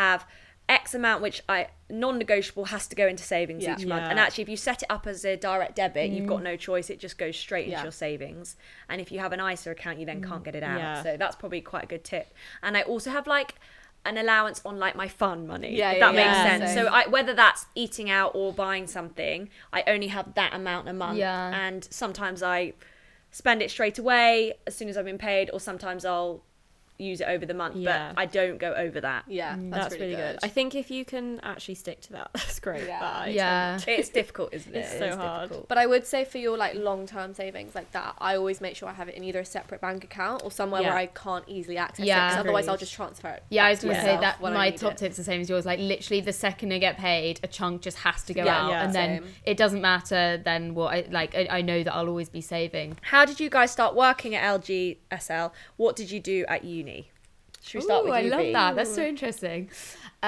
[SPEAKER 4] have X amount which I non-negotiable has to go into savings
[SPEAKER 2] Yeah.
[SPEAKER 4] each month.
[SPEAKER 3] Yeah.
[SPEAKER 4] And actually, if you set it up as a direct debit, you've got no choice; it just goes straight into
[SPEAKER 2] Yeah.
[SPEAKER 4] your savings. And if you have an ISA account, you then can't get it out.
[SPEAKER 3] Yeah.
[SPEAKER 4] So that's probably quite a good tip. And I also have like an allowance on like my fun money.
[SPEAKER 2] Yeah,
[SPEAKER 4] if
[SPEAKER 2] yeah,
[SPEAKER 4] that
[SPEAKER 1] yeah.
[SPEAKER 4] makes sense.
[SPEAKER 1] So-
[SPEAKER 4] So I, whether that's eating out or buying something, I only have that amount a month.
[SPEAKER 1] Yeah.
[SPEAKER 4] And sometimes I spend it straight away as soon as I've been paid, or sometimes I'll use it over the month,
[SPEAKER 3] Yeah.
[SPEAKER 4] but I don't go over that.
[SPEAKER 2] yeah,
[SPEAKER 3] That's, really, good. I think if you can actually stick to that, that's great.
[SPEAKER 2] Yeah.
[SPEAKER 3] But I
[SPEAKER 1] yeah.
[SPEAKER 4] It's difficult, isn't it?
[SPEAKER 3] It's
[SPEAKER 4] It
[SPEAKER 3] so
[SPEAKER 4] is
[SPEAKER 3] hard.
[SPEAKER 4] difficult.
[SPEAKER 2] But I would say for your like long term savings like that, I always make sure I have it in either a separate bank account or somewhere
[SPEAKER 3] Yeah.
[SPEAKER 2] where I can't easily access it.
[SPEAKER 1] Yeah.
[SPEAKER 2] 'cause otherwise I'll
[SPEAKER 3] Agreed.
[SPEAKER 2] just transfer it.
[SPEAKER 1] Yeah, I was
[SPEAKER 2] back to
[SPEAKER 1] gonna say
[SPEAKER 2] myself
[SPEAKER 1] that
[SPEAKER 2] when I
[SPEAKER 1] my
[SPEAKER 2] need
[SPEAKER 1] top
[SPEAKER 2] it.
[SPEAKER 1] tip's the same as yours. Like literally, the second I get paid, a chunk just has to go
[SPEAKER 2] Yeah,
[SPEAKER 1] out,
[SPEAKER 3] yeah.
[SPEAKER 1] and then
[SPEAKER 2] Same.
[SPEAKER 1] it doesn't matter. Then what? I, like I, I know that I'll always be saving.
[SPEAKER 4] How did you guys start working at LGSL? What did you do at uni? Should we start
[SPEAKER 1] Ooh,
[SPEAKER 4] with
[SPEAKER 1] I
[SPEAKER 4] you,
[SPEAKER 1] love
[SPEAKER 4] Bea?
[SPEAKER 1] that. That's so interesting.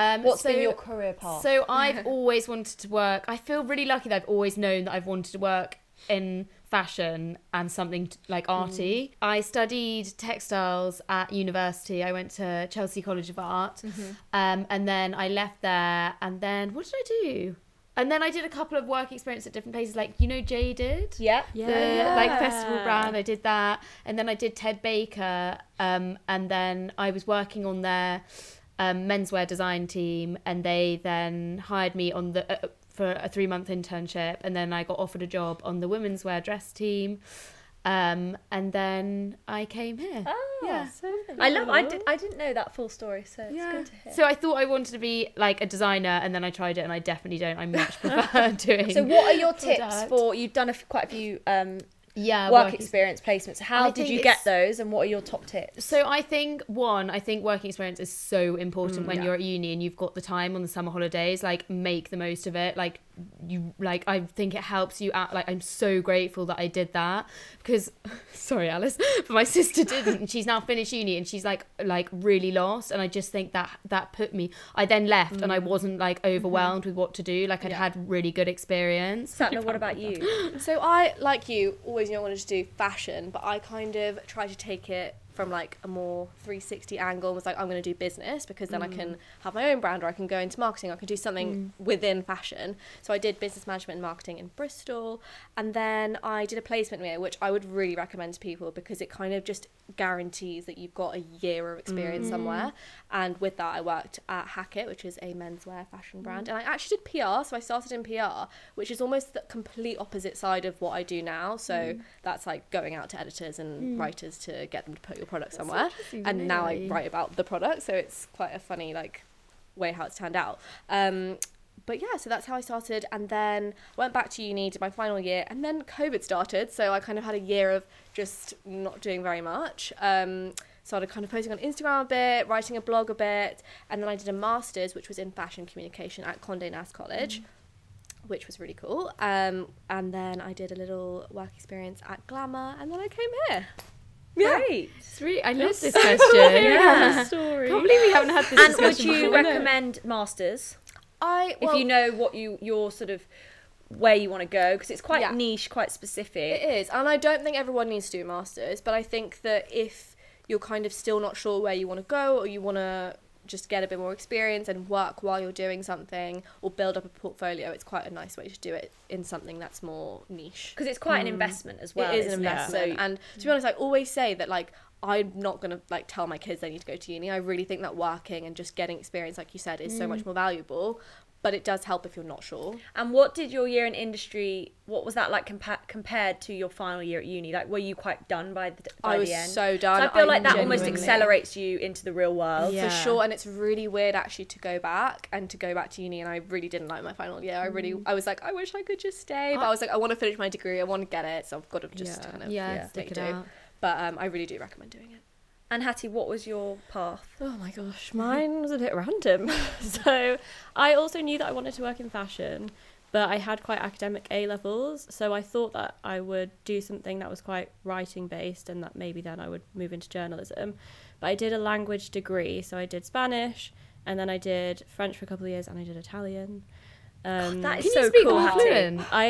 [SPEAKER 1] Um,
[SPEAKER 4] What's
[SPEAKER 1] so,
[SPEAKER 4] been your career path?
[SPEAKER 1] So I've always wanted to work. I feel really lucky that I've always known that I've wanted to work in fashion and something t- like arty.
[SPEAKER 4] Mm.
[SPEAKER 1] I studied textiles at university. I went to Chelsea College of Art,
[SPEAKER 4] Mm-hmm.
[SPEAKER 1] um, and then I left there. And then what did I do? And then I did a couple of work experience at different places, like you know Jaded
[SPEAKER 4] yeah.
[SPEAKER 3] Yeah.
[SPEAKER 1] the like festival brand. I did that, and then I did Ted Baker, um, and then I was working on their um, menswear design team, and they then hired me on the uh, for a three month internship, and then I got offered a job on the women's wear dress team, um, and then I came here.
[SPEAKER 4] Oh,
[SPEAKER 1] Yeah.
[SPEAKER 4] I love. I did. I didn't know that full story, so it's
[SPEAKER 1] Yeah.
[SPEAKER 4] good to hear.
[SPEAKER 1] So I thought I wanted to be like a designer, and then I tried it, and I definitely don't. I much prefer doing.
[SPEAKER 4] So, what are your
[SPEAKER 1] Product.
[SPEAKER 4] tips for? You've done a f- quite a few um,
[SPEAKER 1] yeah,
[SPEAKER 4] work,
[SPEAKER 1] work
[SPEAKER 4] experience placements. How
[SPEAKER 1] I
[SPEAKER 4] did
[SPEAKER 1] think
[SPEAKER 4] you
[SPEAKER 1] it's-
[SPEAKER 4] get those, and what are your top tips?
[SPEAKER 1] So I think one, I think working experience is so important when you're at uni and you've got the time on the summer holidays. Like make the most of it. Like you, like I think it helps you out. Like I'm so grateful that I did that because, sorry Alice, but my sister didn't. and She's now finished uni and she's like like really lost. And I just think that that put me. I then left and I wasn't like overwhelmed with what to do. Like I'd had really good experience.
[SPEAKER 4] Satna, what about you?
[SPEAKER 2] So I, like you, always knew I wanted to do fashion, but I kind of tried to take it from like a more 360 angle and was like, I'm going to do business because then I
[SPEAKER 4] Mm.
[SPEAKER 2] can have my own brand or I can go into marketing, I can do something within fashion. So I did business management and marketing in Bristol and then I did a placement year, which I would really recommend to people because it kind of just guarantees that you've got a year of experience somewhere. And with that, I worked at Hackett, which is a menswear fashion brand. And I actually did PR, so I started in PR, which is almost the complete opposite side of what I do now. So that's like going out to editors and writers to get them to put your product somewhere. And now I write about the product, so it's quite a funny like way how it's turned out. Um, but yeah, so that's how I started, and then went back to uni, did my final year, and then COVID started. So I kind of had a year of just not doing very much. Um, started kind of posting on Instagram a bit, writing a blog a bit, and then I did a master's, which was in fashion communication at Condé Nast College. which was really cool. Um, and then I did a little work experience at Glamour, and then I came here.
[SPEAKER 4] Great.
[SPEAKER 1] Three. I love this question. yeah.
[SPEAKER 3] Story.
[SPEAKER 1] Can't believe we haven't had this
[SPEAKER 4] And would
[SPEAKER 1] discussion
[SPEAKER 4] you
[SPEAKER 1] before.
[SPEAKER 4] recommend masters
[SPEAKER 2] I
[SPEAKER 4] if you know what you your sort of where you want to go because it's quite
[SPEAKER 2] Yeah.
[SPEAKER 4] niche, quite specific.
[SPEAKER 2] It is, and I don't think everyone needs to do masters, but I think that if you're kind of still not sure where you want to go or you want to just get a bit more experience and work while you're doing something or build up a portfolio, it's quite a nice way to do it in something that's more niche.
[SPEAKER 4] because it's quite an investment as well.
[SPEAKER 2] it is an
[SPEAKER 4] isn't
[SPEAKER 2] investment,
[SPEAKER 4] So
[SPEAKER 2] and to be honest, I always say that like I'm not gonna like tell my kids they need to go to uni. I really think that working and just getting experience, like you said, is so much more valuable. But it does help if you're not sure.
[SPEAKER 4] And what did your year in industry? What was that like compa- compared to your final year at uni? Like, were you quite done by the by
[SPEAKER 2] I was
[SPEAKER 4] the end?
[SPEAKER 2] so
[SPEAKER 4] So
[SPEAKER 2] done.
[SPEAKER 4] I feel like that almost
[SPEAKER 2] genuinely-
[SPEAKER 4] accelerates you into the real world.
[SPEAKER 3] Yeah.
[SPEAKER 2] for sure and it's really weird actually to go back and to go back to uni and i really didn't like my final year i really i was like i wish i could just stay but i, was like i want to finish my degree i want to get it so i've got to just
[SPEAKER 3] Yeah.
[SPEAKER 2] kind of
[SPEAKER 1] Oh, Yeah,
[SPEAKER 2] make
[SPEAKER 1] stick it
[SPEAKER 2] do.
[SPEAKER 1] out.
[SPEAKER 2] but um, i really do recommend doing it
[SPEAKER 4] And Hattie, what was your path?
[SPEAKER 3] Oh my gosh, mine was a bit random. so I also knew that I wanted to work in fashion, but I had quite academic A levels, so I thought that I would do something that was quite writing based and that maybe then I would move into journalism. But I did a language degree, so I did Spanish and then I did French for a couple of years and I did Italian. Um,
[SPEAKER 4] That is
[SPEAKER 1] Can
[SPEAKER 4] so
[SPEAKER 1] you speak
[SPEAKER 4] cool,
[SPEAKER 1] more
[SPEAKER 4] Hattie.
[SPEAKER 1] fluent?
[SPEAKER 3] I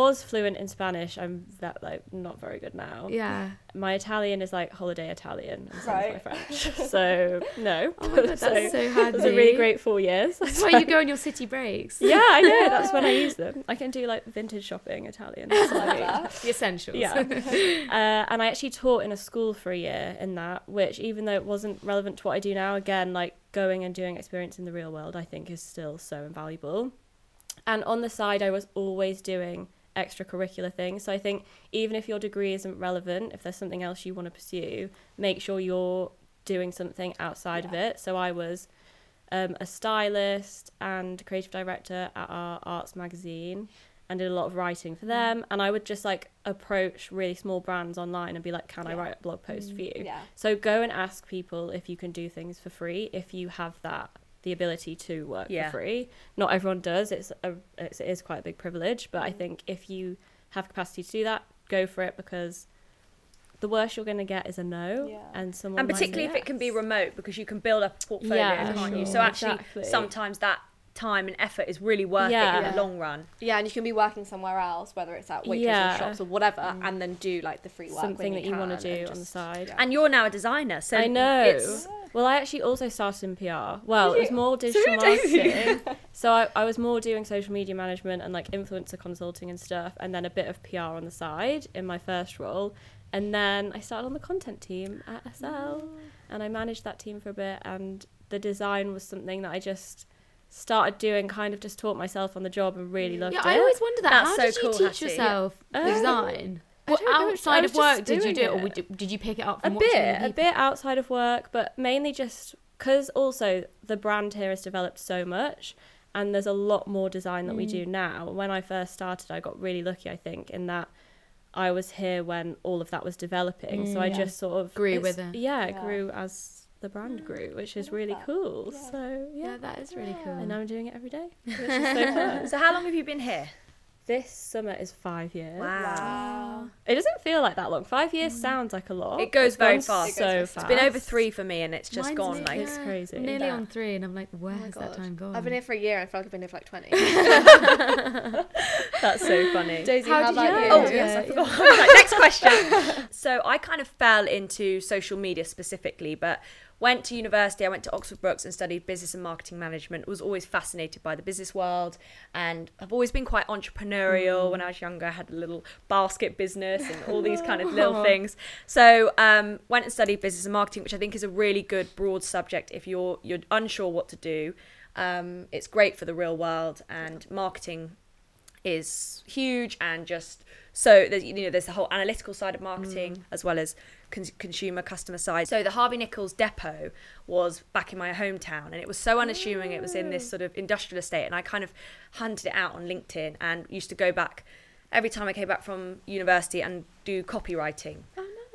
[SPEAKER 3] was fluent in Spanish. I'm that like not very good now.
[SPEAKER 1] Yeah.
[SPEAKER 3] My Italian is like holiday Italian, and so is
[SPEAKER 4] Right.
[SPEAKER 3] my French. So no,
[SPEAKER 1] Oh my god, that's so, handy.
[SPEAKER 3] it was a really great four years.
[SPEAKER 1] That's why you go on your city breaks.
[SPEAKER 3] yeah, I know. That's when I use them. I can do like vintage shopping Italian. It's like-
[SPEAKER 1] The essentials.
[SPEAKER 3] yeah. Uh, and I actually taught in a school for a year in that, which even though it wasn't relevant to what I do now, again, like going and doing experience in the real world, I think is still so invaluable. And on the side, I was always doing extracurricular things. So I think even if your degree isn't relevant, if there's something else you want to pursue, make sure you're doing something outside of it. So I was um, a stylist and creative director at our arts magazine and did a lot of writing for them. And I would just like approach really small brands online and be like, can I write a blog post for you?
[SPEAKER 2] yeah
[SPEAKER 3] So go and ask people if you can do things for free if you have that the ability to work
[SPEAKER 4] Yeah.
[SPEAKER 3] for free. Not everyone does. It's a it's, it is quite a big privilege, but I think if you have capacity to do that, go for it because the worst you're going to get is a no,
[SPEAKER 2] Yeah.
[SPEAKER 3] and someone
[SPEAKER 4] And
[SPEAKER 3] might say
[SPEAKER 4] particularly if it can be
[SPEAKER 3] yes.
[SPEAKER 4] remote because you can build up a portfolio,
[SPEAKER 3] Yeah,
[SPEAKER 4] can't you?
[SPEAKER 3] sure.
[SPEAKER 4] So actually,
[SPEAKER 3] Exactly.
[SPEAKER 4] sometimes that time and effort is really worth it
[SPEAKER 3] Yeah.
[SPEAKER 4] in the long run.
[SPEAKER 2] yeah and you can be working somewhere else whether it's at waitress
[SPEAKER 3] Yeah.
[SPEAKER 2] or shops or whatever and then do like the free work when
[SPEAKER 3] something that you want
[SPEAKER 2] can
[SPEAKER 3] to do
[SPEAKER 2] and
[SPEAKER 3] on the
[SPEAKER 2] just-
[SPEAKER 3] side.
[SPEAKER 4] And you're now a designer, so
[SPEAKER 3] I know.
[SPEAKER 4] It's,
[SPEAKER 3] Well, I actually also started in PR. Well, it was more digital marketing. so I, I was more doing social media management and like influencer consulting and stuff, and then a bit of PR on the side in my first role. And then I started on the content team at SL, and I managed that team for a bit. And the design was something that I just started doing, kind of just taught myself on the job, and really loved
[SPEAKER 1] Yeah,
[SPEAKER 3] it.
[SPEAKER 1] I always wonder that.
[SPEAKER 4] That's
[SPEAKER 1] How
[SPEAKER 4] so
[SPEAKER 1] did you
[SPEAKER 4] cool,
[SPEAKER 1] teach
[SPEAKER 4] Hattie.
[SPEAKER 1] yourself
[SPEAKER 3] Um,
[SPEAKER 1] design?
[SPEAKER 3] I
[SPEAKER 1] What
[SPEAKER 3] don't know, I
[SPEAKER 1] outside
[SPEAKER 3] was
[SPEAKER 1] of work
[SPEAKER 3] just
[SPEAKER 1] did you do
[SPEAKER 3] doing
[SPEAKER 1] it, or
[SPEAKER 3] it.
[SPEAKER 1] did- did you pick it up
[SPEAKER 3] a
[SPEAKER 1] from watching
[SPEAKER 3] bit
[SPEAKER 1] other
[SPEAKER 3] a
[SPEAKER 1] people?
[SPEAKER 3] bit outside of work but mainly just because also the brand here has developed so much and there's a lot more design that we do now when i first started i got really lucky i think in that i was here when all of that was developing so i just sort of
[SPEAKER 1] Grew
[SPEAKER 3] it's-
[SPEAKER 1] with it.
[SPEAKER 3] yeah it grew as the brand grew which is really cool so yeah,
[SPEAKER 1] Yeah, that is really cool.
[SPEAKER 3] and now i'm doing it every day which is so fun.
[SPEAKER 4] so how long have you been here?
[SPEAKER 3] this summer is five years
[SPEAKER 4] Wow.
[SPEAKER 2] Oh
[SPEAKER 3] it doesn't feel like that long five years sounds like a lot
[SPEAKER 4] It goes
[SPEAKER 3] Oh, It's
[SPEAKER 4] very
[SPEAKER 3] gone
[SPEAKER 4] fast.
[SPEAKER 3] so fast
[SPEAKER 4] It's been over three for me, and it's just
[SPEAKER 1] Mine's
[SPEAKER 4] gone
[SPEAKER 1] near-
[SPEAKER 4] like
[SPEAKER 3] It's crazy.
[SPEAKER 1] I'm nearly
[SPEAKER 2] Yeah.
[SPEAKER 1] on three, and I'm like, where
[SPEAKER 2] Oh my
[SPEAKER 1] has that
[SPEAKER 2] God.
[SPEAKER 1] time gone?
[SPEAKER 2] I've been here for a year and I feel like I've been here for like 20.
[SPEAKER 4] that's so funny.
[SPEAKER 2] Daisy,
[SPEAKER 1] How
[SPEAKER 2] how,
[SPEAKER 1] did
[SPEAKER 2] about
[SPEAKER 1] you-
[SPEAKER 2] you?
[SPEAKER 1] Oh,
[SPEAKER 4] Oh yes, I forgot. I was like, Next question. So I kind of fell into social media specifically, but went to university. I went to Oxford Brookes and studied business and marketing management. Was always fascinated by the business world, and I've always been quite entrepreneurial. When I was younger, I had a little basket business and all these kind of little things. So um, went and studied business and marketing, which I think is a really good broad subject if you're you're unsure what to do. Um, it's great for the real world and marketing is huge and just so there's you know there's the whole analytical side of marketing as well as con- consumer customer side so the harvey nichols depot was back in my hometown and it was so unassuming it was in this sort of industrial estate and i kind of hunted it out on linkedin and used to go back every time i came back from university and do copywriting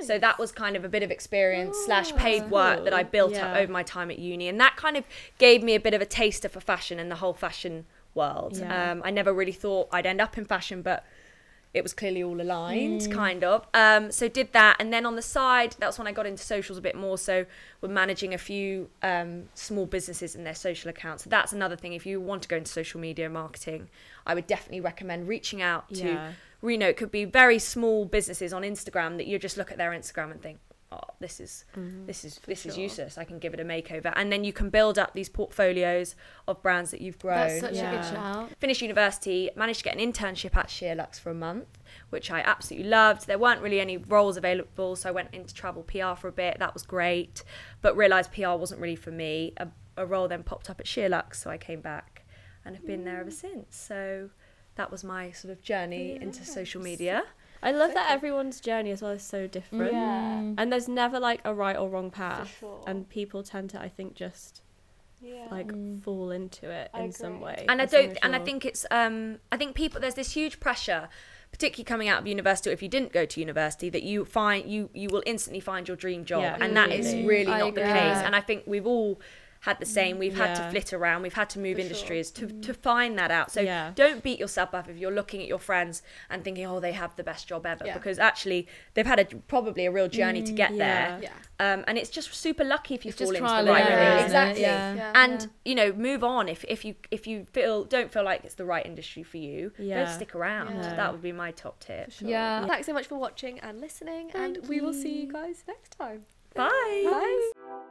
[SPEAKER 4] so that was kind of a bit of experience slash paid work that I built up
[SPEAKER 3] Oh, Yeah.
[SPEAKER 4] over my time at uni, and that kind of gave me a bit of a taster for fashion and the whole fashion world.
[SPEAKER 3] Yeah.
[SPEAKER 4] Um, I never really thought I'd end up in fashion, but it was clearly all aligned,
[SPEAKER 1] Mm.
[SPEAKER 4] kind of. Um, so did that, and then on the side, that's when I got into socials a bit more. So we're managing a few um, small businesses and their social accounts. So that's another thing. If you want to go into social media marketing, I would definitely recommend reaching out to
[SPEAKER 3] Yeah.
[SPEAKER 4] Reno. It could be very small businesses on Instagram that you just look at their Instagram and think, oh, this is
[SPEAKER 1] Mm-hmm.
[SPEAKER 4] this is this is useless. I can give it a makeover, and then you can build up these portfolios of brands that you've grown
[SPEAKER 1] That's such a good
[SPEAKER 3] Yeah.
[SPEAKER 1] shout.
[SPEAKER 4] finished university, managed to get an internship at Sheerlux for a month, which I absolutely loved. There weren't really any roles available, so I went into travel PR for a bit. That was great, but realised PR wasn't really for me. A, a role then popped up at Sheerlux, so I came back and have been there ever since. So that was my sort of journey into social media.
[SPEAKER 5] I love that everyone's journey as well is so different.
[SPEAKER 1] Yeah.
[SPEAKER 5] And there's never like a right or wrong path.
[SPEAKER 6] sure.
[SPEAKER 5] And people tend to, I think, just
[SPEAKER 6] Yeah.
[SPEAKER 5] like fall into it
[SPEAKER 6] I
[SPEAKER 5] in some
[SPEAKER 6] agree.
[SPEAKER 5] way.
[SPEAKER 4] and I
[SPEAKER 5] as long
[SPEAKER 4] don't
[SPEAKER 5] as
[SPEAKER 4] and I
[SPEAKER 5] you're-
[SPEAKER 4] think it's um I think people there's this huge pressure particularly coming out of university or if you didn't go to university that you find you you will instantly find your dream job
[SPEAKER 5] Yeah,
[SPEAKER 4] and that is
[SPEAKER 5] absolutely.
[SPEAKER 4] really
[SPEAKER 1] I
[SPEAKER 4] not the
[SPEAKER 1] agree.
[SPEAKER 4] case and I think we've all had the same we've had to
[SPEAKER 5] Yeah.
[SPEAKER 4] flit around we've had to move industries to
[SPEAKER 1] Mm-hmm.
[SPEAKER 4] to find that out so
[SPEAKER 5] Yeah.
[SPEAKER 4] don't beat yourself up if you're looking at your friends and thinking oh they have the best job ever
[SPEAKER 1] Yeah. Mm,
[SPEAKER 4] because actually they've had a probably a real journey to get
[SPEAKER 5] yeah.
[SPEAKER 4] there
[SPEAKER 1] Yeah.
[SPEAKER 4] um, and it's just super lucky if you
[SPEAKER 1] It's
[SPEAKER 4] fall
[SPEAKER 1] just
[SPEAKER 4] into
[SPEAKER 1] trial
[SPEAKER 4] the
[SPEAKER 1] and
[SPEAKER 4] right
[SPEAKER 1] error,
[SPEAKER 4] thing
[SPEAKER 1] isn't it?
[SPEAKER 4] exactly
[SPEAKER 1] Yeah. Yeah.
[SPEAKER 4] and you know move on if, if you if you feel don't feel like it's the right industry for you
[SPEAKER 5] Yeah.
[SPEAKER 4] don't stick around
[SPEAKER 5] No.
[SPEAKER 4] that would be my top tip
[SPEAKER 1] Yeah.
[SPEAKER 2] Thanks so much for watching and listening, and we will see you guys next time.
[SPEAKER 4] bye
[SPEAKER 2] Bye.